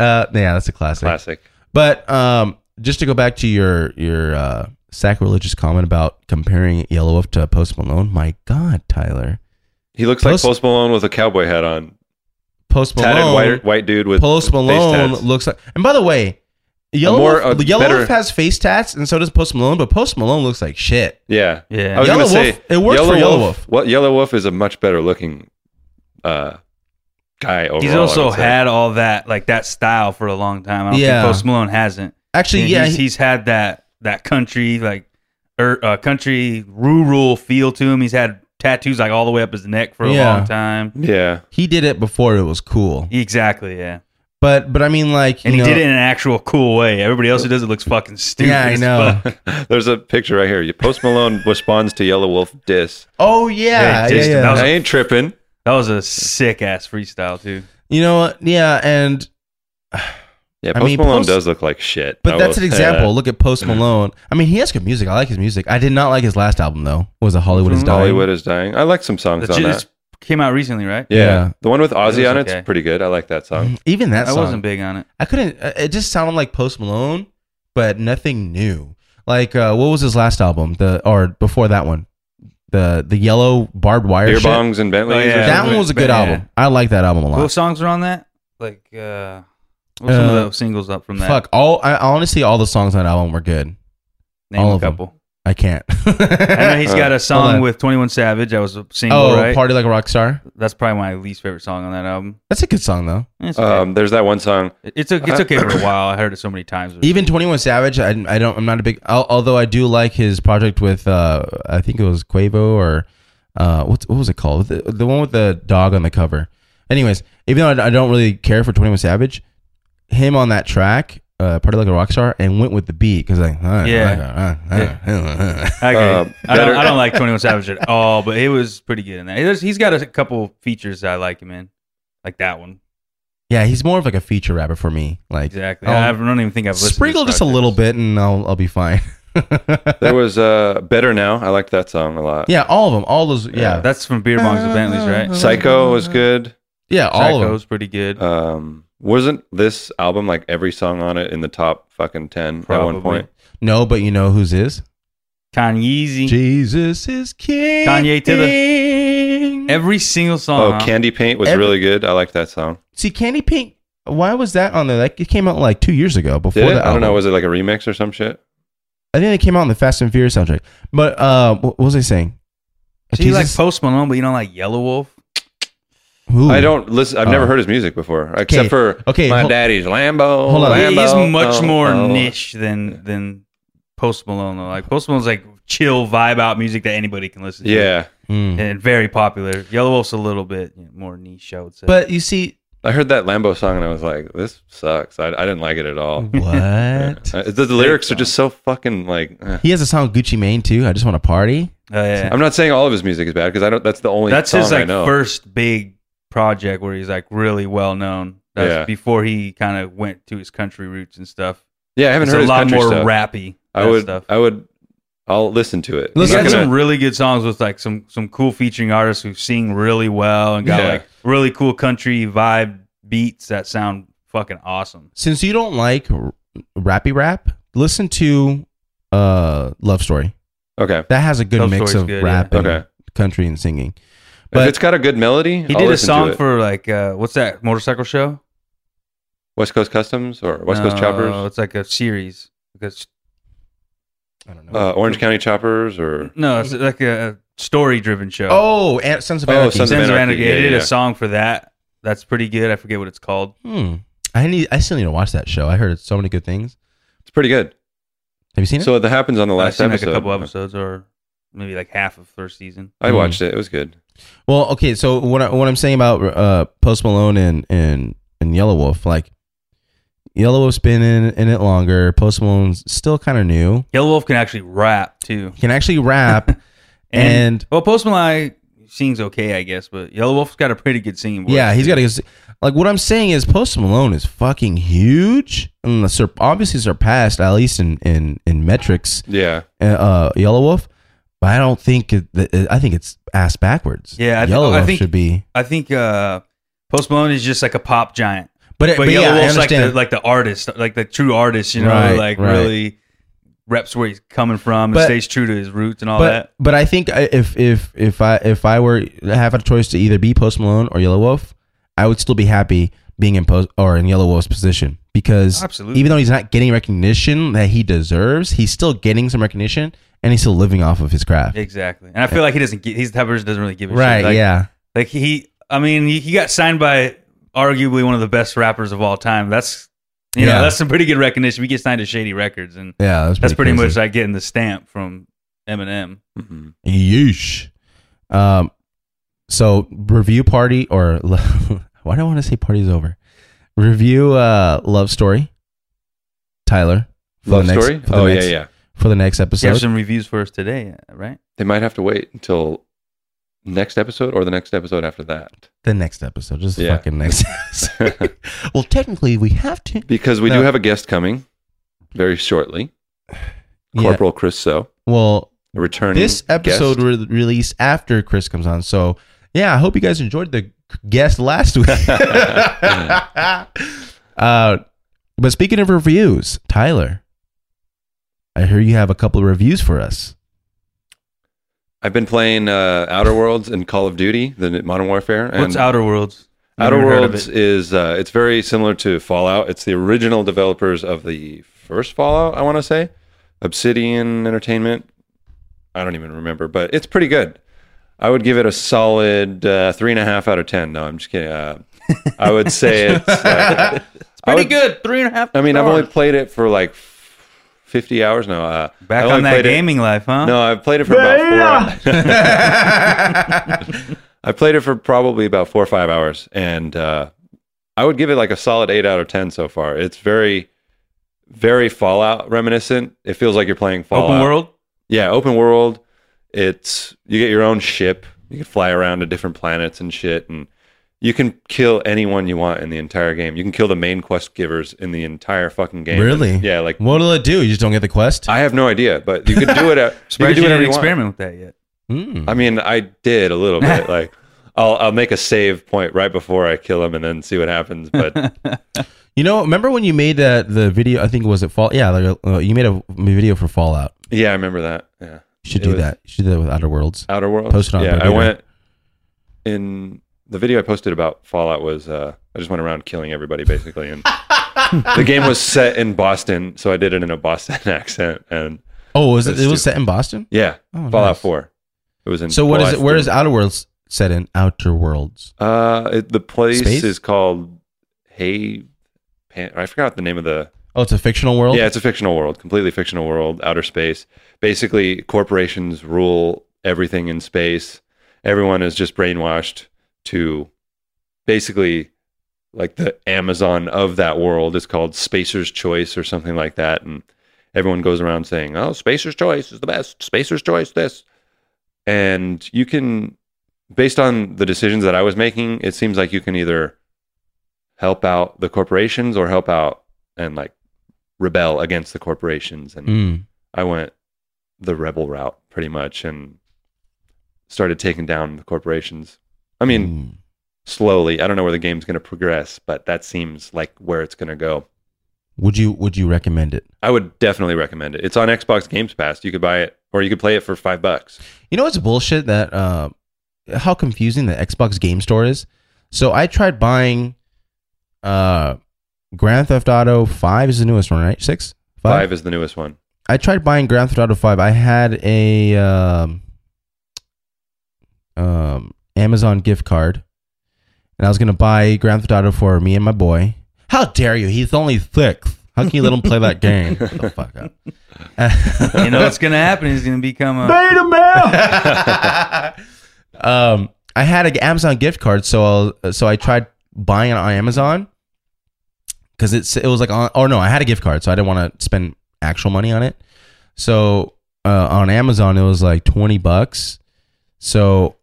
S1: Uh, yeah, that's a classic.
S2: Classic.
S1: But um, just to go back to your your uh, sacrilegious comment about comparing Yellow Up to Post Malone, my God, Tyler,
S2: He looks like
S1: Post-
S2: Post Malone with a cowboy hat on.
S1: Post
S2: Tatted
S1: Malone,
S2: white, white dude with
S1: Post
S2: face
S1: Malone
S2: tats.
S1: looks like. And by the way, Yellow
S2: more-
S1: Wolf,
S2: a
S1: Yellow
S2: better-
S1: Wolf has face tats, and so does Post Malone. But Post Malone looks like shit.
S2: Yeah.
S3: Yeah.
S2: I was
S1: Yellow
S2: gonna say
S1: Wolf- it worked for Yellow Wolf.
S2: Well, Yellow Wolf is a much better looking uh, guy overall.
S3: He's
S2: I
S3: also
S2: would say.
S3: had all that like that style for a long time. I don't
S1: Yeah.
S3: think Post Malone hasn't.
S1: Actually,
S3: And
S1: yeah,
S3: he's,
S1: he-
S3: he's had that that country like er, uh, country rural feel to him. He's had tattoos like all the way up his neck for a
S1: Yeah.
S3: long time.
S2: Yeah.
S1: he did it before it was cool.
S3: Exactly, yeah.
S1: But but I mean like
S3: And
S1: you
S3: he
S1: know-
S3: did it in an actual cool way. Everybody else who does it looks fucking stupid.
S1: Yeah, I
S3: as
S1: know.
S3: fuck.
S2: There's a picture right here. Post Malone responds to Yellow Wolf diss.
S1: Oh yeah,
S3: Hey,
S1: yeah,
S3: Jason,
S1: yeah.
S3: that was-
S2: I ain't tripping.
S3: That was a sick ass freestyle too.
S1: you know what? Yeah, and
S2: Yeah,
S1: I
S2: Post
S1: mean,
S2: Malone
S1: Post-
S2: does look like shit. I
S1: but that's
S2: will
S1: an
S2: say
S1: example.
S2: that. Mm.
S1: Look at Post Malone. I mean, he has good music. I like his music. I did not like his last album though. What was it Hollywood is
S3: Mhm.
S1: dying?
S2: Mm-hmm. Hollywood is dying. I like some songs
S3: That
S2: on
S3: just
S2: that.
S3: came out recently, right?
S2: Yeah.
S1: Yeah.
S2: the one with
S3: It was
S2: Ozzy on it's
S3: okay.
S2: pretty good. I like that song.
S1: Mm-hmm. Even that
S3: I
S1: song.
S3: wasn't big on it.
S1: I couldn't. uh, It just sounded like Post Malone, but nothing new. Like uh, what was his last album? The or before that one, the the yellow barbed wire.
S2: Beer
S1: shit.
S2: bongs and Bentleys.
S3: Oh,
S2: or
S3: yeah.
S1: That
S2: something.
S1: one was a good
S3: Yeah.
S1: album. I like that album a lot.
S3: What songs were on that? Like uh what were some
S1: Uh,
S3: of those singles up from that?
S1: Fuck all. I, honestly, all the songs on that album were good.
S3: Name
S1: all
S3: a
S1: of them.
S3: couple.
S1: I can't.
S3: I know he's
S1: Hold
S3: got a
S1: on.
S3: song with 21 Savage. I was a single,
S1: oh,
S3: right?
S1: party like a rock star.
S3: That's probably my least favorite song on that album.
S1: That's a good song though.
S3: It's okay.
S2: Um, there's that one song.
S3: it's, o- it's okay for a while. I heard it so many times.
S1: Even Twenty One Savage, I, I don't. I'm not a big. al- Although I do like his project with, uh, I think it was Quavo or, uh, what what was it called? The, the one with the dog on the cover. Anyways, even though I, I don't really care for Twenty One Savage, him on that track, uh, party like a rock star, and went with the beat because like, uh, huh,
S3: Yeah.
S1: huh, huh, huh, huh.
S3: I, agree.
S2: uh,
S3: I,
S2: better-
S3: don't, I don't like 21 Savage at all, but it was pretty good in that. He does- he's got a couple features that I like him in, like that one.
S1: yeah, he's more of like a feature rapper for me. Like
S3: Exactly.
S1: I'll
S3: I I don't even think I've listened
S1: sprinkle
S3: to his
S1: Oh. just a little
S3: projects.
S1: bit, and I'll I'll be fine.
S2: There was uh, Better Now. I liked that song a lot.
S1: yeah, all of them, all those. Yeah,
S3: That's from Beer Bongs and Bentleys, right?
S2: Psycho was good.
S1: yeah, all of them.
S3: Psycho's pretty good.
S2: Um, wasn't this album like every song on it in the top fucking 10 at
S3: Probably.
S2: one point?
S1: No, but you know whose is.
S3: Kanyeezy.
S1: Jesus is king.
S3: Kanye to
S1: Every-
S3: Every single song.
S2: Oh, Candy Paint was
S1: Every-
S2: really good. I liked that song.
S1: See, Candy Pink. Why was that on there? Like it came out like two years ago. Before
S2: Did it?
S1: the
S2: I don't know.
S1: album.
S2: Was it like a remix or some shit?
S1: I think it came out on the Fast and Furious soundtrack. But uh, what was I saying?
S3: so you like
S1: Jesus-
S3: Post Malone, but you don't like Yellow Wolf?
S1: Who?
S2: I don't listen. I've never
S1: Oh.
S2: heard his music before, except for
S1: Okay,
S2: my
S1: hol-
S2: daddy's Lambo.
S1: Hold on.
S3: He-
S2: Uh, Lambo,
S3: he's much
S2: oh,
S3: more
S2: oh.
S3: niche than than Post Malone. Though. Like Post Malone's like chill vibe out music that anybody can listen to.
S2: Yeah,
S1: Mm.
S3: and very popular. Yellow Wolf's a little bit you know, more niche, I would say.
S1: But you see,
S2: I heard that Lambo song and I was like, "This sucks." I, I didn't like it at all. Uh,
S1: what?
S2: The, the lyrics are just so fucking like. eh.
S1: he has a song Gucci Mane too. I just want to party.
S3: Oh, yeah,
S2: I'm not saying all of his music is bad because I don't. That's the only
S3: that's
S2: song
S3: his
S2: I
S3: like
S2: know.
S3: first big project where he's like really well known. That's
S2: Yeah.
S3: before he kind of went to his country roots and stuff.
S2: Yeah, I haven't
S3: It's
S2: heard
S3: a
S2: his
S3: lot
S2: country
S3: more
S2: stuff.
S3: rappy.
S2: I
S3: that
S2: would.
S3: Stuff.
S2: I would. I'll listen to it.
S3: He's
S1: Listen
S2: I'm not
S3: got
S1: to
S2: gonna-
S3: some really good songs with like some some cool featuring artists who sing really well and got
S2: Yeah.
S3: like really cool country vibe beats that sound fucking awesome.
S1: Since you don't like r- rappy rap, listen to uh Love Story.
S2: okay.
S1: That has a good
S3: Love
S1: mix
S3: Story's
S1: of
S3: good,
S1: rap
S3: yeah.
S1: and
S2: Okay.
S1: country and singing.
S2: if
S1: But-
S2: it's got a good melody,
S3: He
S2: I'll
S3: did a
S2: listen to
S3: song
S2: it.
S3: for like uh, what's that motorcycle show?
S2: West Coast Customs or West Coast
S3: No,
S2: Choppers,
S3: It's like a series. Like a s-
S1: I don't know.
S2: uh, Orange County Choppers, or
S3: no, it's like a story-driven show.
S1: oh, and Sons of
S2: Oh,
S1: Anarchy.
S2: Sons of
S3: Sons of
S2: Anarchy,
S3: Anarchy.
S2: yeah,
S3: They did
S2: yeah.
S3: a song for that. That's pretty good. I forget what it's called.
S1: Hmm. I need. I still need to watch that show. I heard so many good things.
S2: it's pretty good.
S1: Have you seen it?
S2: So that happens on the
S3: I've
S2: last
S3: seen,
S2: episode.
S3: like a couple episodes or maybe like half of first season.
S1: Hmm.
S2: I watched it. It was good.
S1: Well, okay. So what I, what I'm saying about uh, Post Malone and, and and Yellow Wolf, like Yellow Wolf's been in, in it longer. Post Malone's still kind of new.
S3: Yellow Wolf can actually rap too.
S1: He can actually rap, and,
S3: well, Post Malone sings okay, I guess, but Yellow Wolf's got a pretty good singing voice.
S1: yeah, he's got to. Like what I'm saying is, Post Malone is fucking huge, and sur- obviously surpassed at least in in in metrics.
S2: Yeah,
S1: Uh, uh, Yellow Wolf, but I don't think it, it- I think it's ass backwards.
S3: Yeah, I thi-
S1: Yellow
S3: I
S1: Wolf
S3: think-
S1: should be.
S3: I think uh, Post Malone is just like a pop giant,
S1: But, it,
S3: but,
S1: but,
S3: Yellow
S1: yeah, I
S3: Wolf's like the
S1: understand.
S3: like the artist, like the true artist. You know,
S1: Right,
S3: like
S1: right.
S3: really reps where he's coming from
S1: But-
S3: and stays true to his roots and all
S1: but,
S3: that.
S1: But I think I- if if if I if I were to have a choice to either be Post Malone or Yellow Wolf, I would still be happy being in post or in Yellow Wolf's position because
S3: Absolutely.
S1: even though he's not getting recognition that he deserves, he's still getting some recognition and he's still living off of his craft.
S3: Exactly, and I feel like he doesn't. Get, he's the type of person who doesn't really give a
S1: right?
S3: shit. Like,
S1: yeah.
S3: Like he, I mean, he, he got signed by arguably one of the best rappers of all time. That's you
S1: Yeah.
S3: know that's some pretty good recognition. We get signed to Shady Records, and
S1: Yeah. That's pretty,
S3: that's pretty
S1: crazy. Mm-hmm.
S3: much like getting the stamp from Eminem.
S2: Mhm.
S1: Yeesh. Um, so review party or why do I want to say party's over? Review uh love story. Tyler. for
S2: love
S1: the next-
S2: story.
S1: for the
S2: Oh
S1: next-
S2: yeah, yeah.
S1: For the next
S3: You
S1: episode.
S3: have some reviews for us today, right?
S2: They might have to wait until next episode or the next episode after that,
S1: the next episode. Just
S2: Yeah.
S1: fucking next episode. well, technically we have to.
S2: because we
S1: No.
S2: do have a guest coming very shortly.
S1: Yeah.
S2: Corporal Chris So,
S1: Well,
S2: a returning.
S1: this episode
S2: guest.
S1: re- released after Chris comes on. So yeah, I hope you guys enjoyed the guest last week. uh, but speaking of reviews, Tyler, I hear you have a couple of reviews for us.
S2: I've been playing uh, Outer Worlds and Call of Duty, the Modern Warfare. And
S3: What's Outer Worlds?
S2: Outer
S3: Never heard of
S2: Worlds
S3: it.
S2: is uh, it's very similar to Fallout. It's the original developers of the first Fallout, I want to say, Obsidian Entertainment. I don't even remember, but it's pretty good. I would give it a solid uh, three and a half out of ten. No, I'm just kidding. Uh, I would say it's. Uh,
S3: It's pretty
S2: would-
S3: good. Three and a half.
S2: I mean, I've
S3: stars.
S2: only played it for like fifty hours now. Uh, I
S3: back
S2: only
S3: on that
S2: played it-
S3: gaming life, huh?
S2: no, I've played it for about four. I played it for probably about four or five hours, and uh, I would give it like a solid eight out of ten so far. It's very, very Fallout reminiscent. It feels like you're playing Fallout.
S3: Open world.
S2: Yeah, open world. It's you get your own ship. You can fly around to different planets and shit, and you can kill anyone you want in the entire game. You can kill the main quest givers in the entire fucking game.
S1: Really?
S2: Yeah, like
S1: What'll it do? You just don't get the quest?
S2: I have no idea, but you could do it. At, you could
S3: Surprised
S2: do
S3: you
S2: it
S3: didn't
S2: every
S3: experiment with that yet.
S1: Hmm.
S2: I mean, I did a little bit. like, I'll I'll make a save point right before I kill him, and then see what happens. But
S1: You know, remember when you made that the video? I think was it Fall? Yeah, like, uh, you made a video for Fallout.
S2: yeah, I remember that. Yeah,
S1: You should
S2: It
S1: do
S2: was-
S1: that. You should do that with Outer Worlds.
S2: Outer Worlds.
S1: Post it on
S2: yeah, I
S1: Twitter.
S2: went in the video I posted about Fallout was uh, I just went around killing everybody basically, and the game was set in Boston, so I did it in a Boston accent, and
S1: Oh, was it?
S2: Let's
S1: It
S2: do
S1: was set in Boston.
S2: yeah,
S1: Oh,
S2: Fallout
S1: nice.
S2: Four. It was in.
S1: So what is it? Where is
S2: Boston.
S1: Outer Worlds set in? Outer Worlds.
S2: Uh, it, the place
S1: Space?
S2: is called Hey. Pan- I forgot the name of the
S1: Oh, it's a fictional world.
S2: Yeah, it's a fictional world, completely fictional world, outer space. Basically, corporations rule everything in space. Everyone is just brainwashed to basically like the Amazon of that world is called Spacer's Choice or something like that. And everyone goes around saying, oh, Spacer's Choice is the best, Spacer's Choice, this. And you can, based on the decisions that I was making, it seems like you can either help out the corporations or help out and like rebel against the corporations and
S1: Mm.
S2: I went the rebel route pretty much and started taking down the corporations. I mean,
S1: Mm.
S2: slowly. I don't know where the game's going to progress, but that seems like where it's going to go.
S1: would you would you recommend it?
S2: I would definitely recommend it. It's on Xbox Games Pass. You could buy it or you could play it for 5 bucks.
S1: You know what's bullshit that uh, how confusing the Xbox Game Store is. So I tried buying uh, Grand Theft Auto Five is the newest one, right? Six,
S2: 5, is the newest one.
S1: I tried buying Grand Theft Auto Five. I had a um, um, Amazon gift card, and I was gonna buy Grand Theft Auto for me and my boy. How dare you? He's only six. How can you let him play that game? Shut the fuck up.
S3: You know what's gonna happen? He's gonna become a.
S1: Beta male. um, I had an Amazon gift card, so I'll, so I tried buying it on Amazon because it's it was like on or no, I had a gift card, so I didn't want to spend actual money on it. So uh, on Amazon, it was like twenty bucks. So,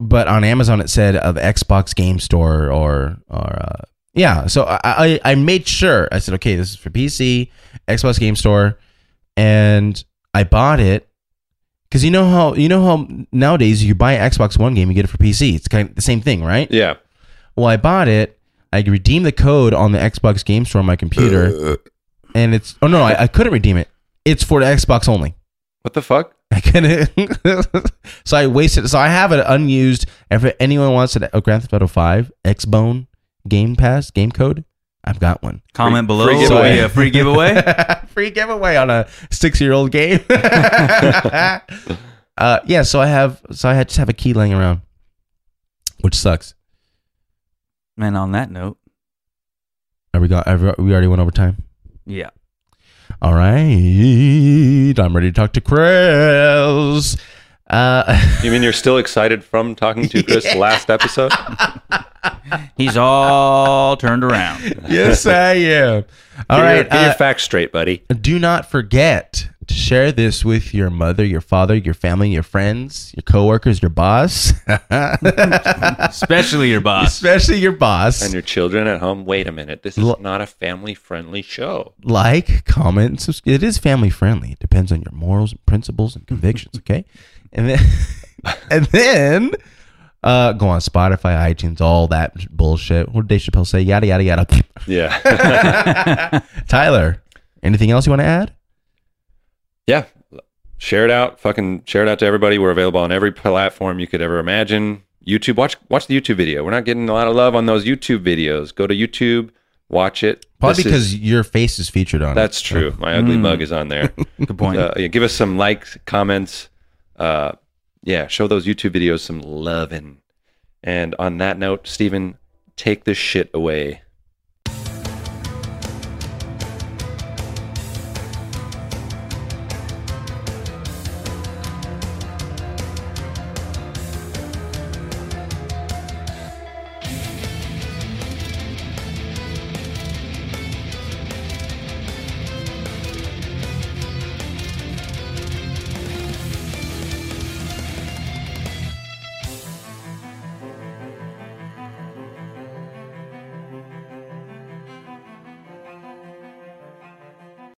S1: but on Amazon, it said of Xbox Game Store or or uh, yeah. So I, I I made sure I said okay, this is for PC, Xbox Game Store, and I bought it because you know how you know how nowadays you buy an Xbox One game, you get it for PC. It's kind of the same thing, right?
S2: Yeah.
S1: Well, I bought it. I redeemed the code on the Xbox Game Store on my computer, and it's oh no, I, I couldn't redeem it. It's for the Xbox only.
S2: What the fuck?
S1: I couldn't. so I wasted. So I have it unused. If anyone wants it, a Grand Theft Auto Five Xbone Game Pass game code, I've got one.
S3: Comment below.
S2: free
S3: so
S2: giveaway.
S3: we, uh, free giveaway.
S1: Free giveaway on a six-year-old game. uh, yeah, so I have, so I had, just have a key laying around, which sucks.
S3: Man, on that note,
S1: Are we got? Are we we already went over time.
S3: yeah.
S1: All right, I'm ready to talk to Chris. Uh,
S2: You mean you're still excited from talking to Chris last episode?
S3: He's all turned around.
S1: yes, I am. All
S2: Get your-
S1: right, uh,
S2: Get your facts straight, buddy.
S1: do not forget to share this with your mother, your father, your family, your friends, your coworkers, your boss,
S3: Especially your boss.
S1: especially your boss.
S2: And your children at home, wait a minute. This is
S1: Lo-
S2: not a family friendly show.
S1: like, comment, subscribe. It is family friendly. It depends on your morals, and principles, and convictions. Okay, and then and then uh, go on Spotify, iTunes, all that bullshit. What did Dave Chappelle say? Yada yada yada.
S2: Yeah.
S1: Tyler, anything else you want to add?
S2: yeah. Share it out. Fucking share it out to everybody. We're available on every platform you could ever imagine. YouTube, watch watch the YouTube video. We're not getting a lot of love on those YouTube videos. Go to YouTube, watch it.
S1: Probably
S2: This is-
S1: because your face is featured on
S2: that's true. My ugly
S3: Mm.
S2: mug is on there.
S3: Good point.
S2: Uh, yeah, give us some likes, comments. Uh, yeah, show those YouTube videos some loving. And on that note, Steven, take this shit away.